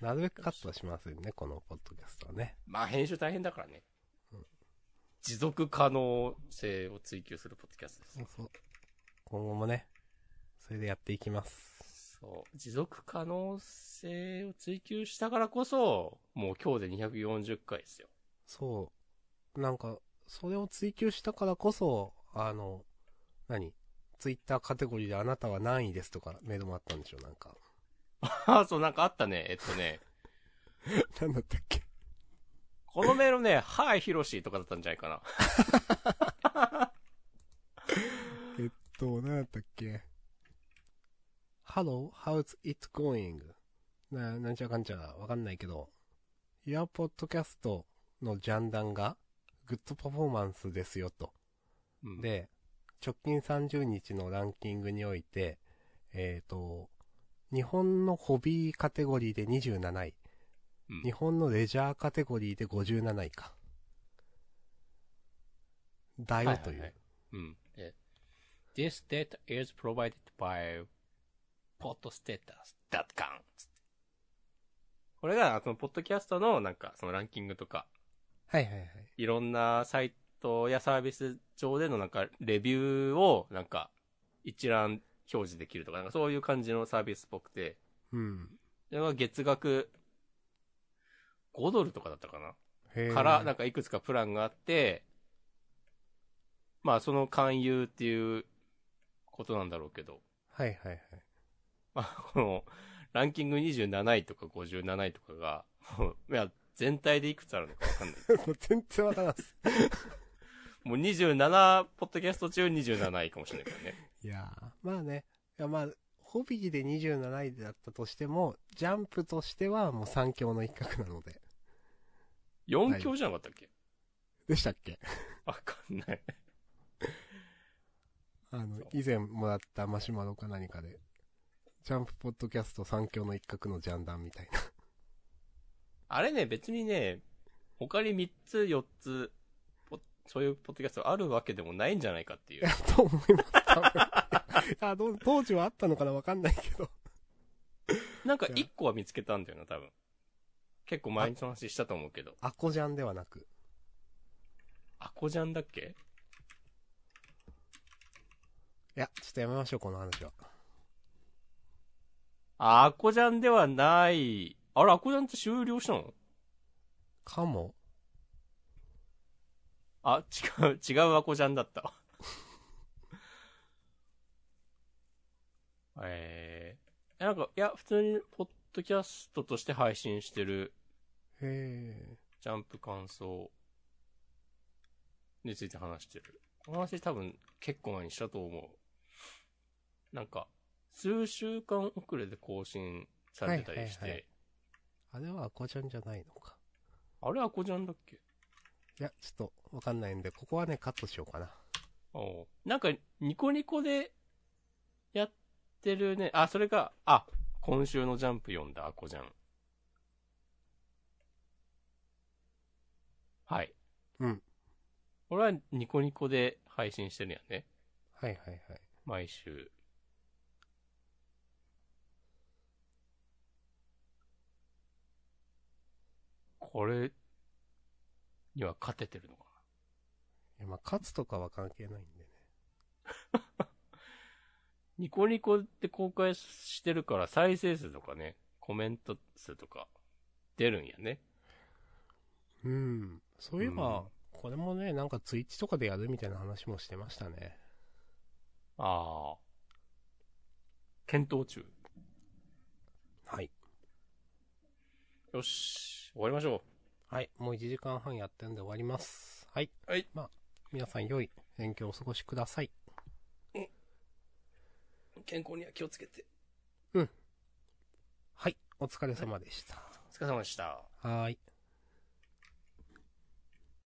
なるべくカットはしませんね、このポッドキャストはね。まあ編集大変だからねうん。持続可能性を追求するポッドキャストですそう。そう。今後もね、それでやっていきます。そう。持続可能性を追求したからこそ、もう今日で240回ですよ。そう。なんか、それを追求したからこそ、あの、何ツイッターカテゴリーであなたは何位ですとかメールもあったんでしょなんか。 [LAUGHS] ああ、そう、なんかあったね。えっとね、なんだったっけこのメールね、はい、ヒロシとかだったんじゃないかな。えっと、何だったっけ ?Hello, how's it going? な、なんちゃらかんちゃらわかんないけど、Your Podcast のジャンダンが、グッドパフォーマンスですよと。うん、で、直近30日のランキングにおいて、えっ、と、日本のホビーカテゴリーで27位、うん日本のレジャーカテゴリーで57位か。だよという。はははうん。で This data is provided by podstatus.com これが、その、ポッドキャストの、なんか、そのランキングとか、はいはいはい。いろんなサイトやサービス上での、なんか、レビューを、なんか、一覧表示できるとか、なんかそういう感じのサービスっぽくて、うん。それは月額、5ドルとかだったかなへーから、なんかいくつかプランがあって、まあその勧誘っていうことなんだろうけど、はいはいはい。まあこのランキング27位とか57位とかが、 [LAUGHS] もういや、全体でいくつあるのかわかんない。もう [LAUGHS] 全然わからんっす。もう27、ポッドキャスト中27位かもしれないけどね。いやー、まあね。いやまあ、ホビーで27位だったとしても、ジャンプとしてはもう3強の一角なので。 4強じゃなかったっけでしたっけわかんない。あのそう、以前もらったマシュマロか何かで、ジャンプポッドキャスト三強の一角のジャンダンみたいな。あれね、別にね、他に3つ4つ、ポそういうポッドキャストあるわけでもないんじゃないかっていう [LAUGHS] いや。、 [LAUGHS] と思います、多 [LAUGHS] 分あどう当時はあったのかなわかんないけど。なんか一個は見つけたんだよな、多分。結構毎日の話したと思うけど。アコジャンではなく。アコジャンだっけいや、ちょっとやめましょう、この話は。あ、アコジャンではない。あれ、アコジャンって終了したのかもあ、違う、違うアコジャンだった。 [LAUGHS] えー、なんか、いや、普通に、ポッドキャストとして配信してる、へジャンプ感想について話してる。この話多分結構前にしたと思う。なんか、数週間遅れで更新されてたりして、はいはいはいーあれはアコジャンじゃないのか。あれアコジャンだっけいや、ちょっとわかんないんで、ここはね、カットしようかな。おうなんか、ニコニコでやってるね。あ、それが、あ、今週のジャンプ読んだアコジャン。はい。うん。これはニコニコで配信してるんやね。はいはいはい。毎週。これには勝ててるのかいや、まあ、勝つとかは関係ないんでね。なニコニコって公開してるから再生数とかね、コメント数とか出るんやね。うん。そういえば、うんこれもね、なんかツイッチとかでやるみたいな話もしてましたね。ああ。検討中。はい。よし。終わりましょはい。もう1時間半やってるんで終わります。はい。はい。まあ、皆さん良い勉強をお過ごしください。う。健康には気をつけて。はい。お疲れ様でした。お疲れ様でした。はーい。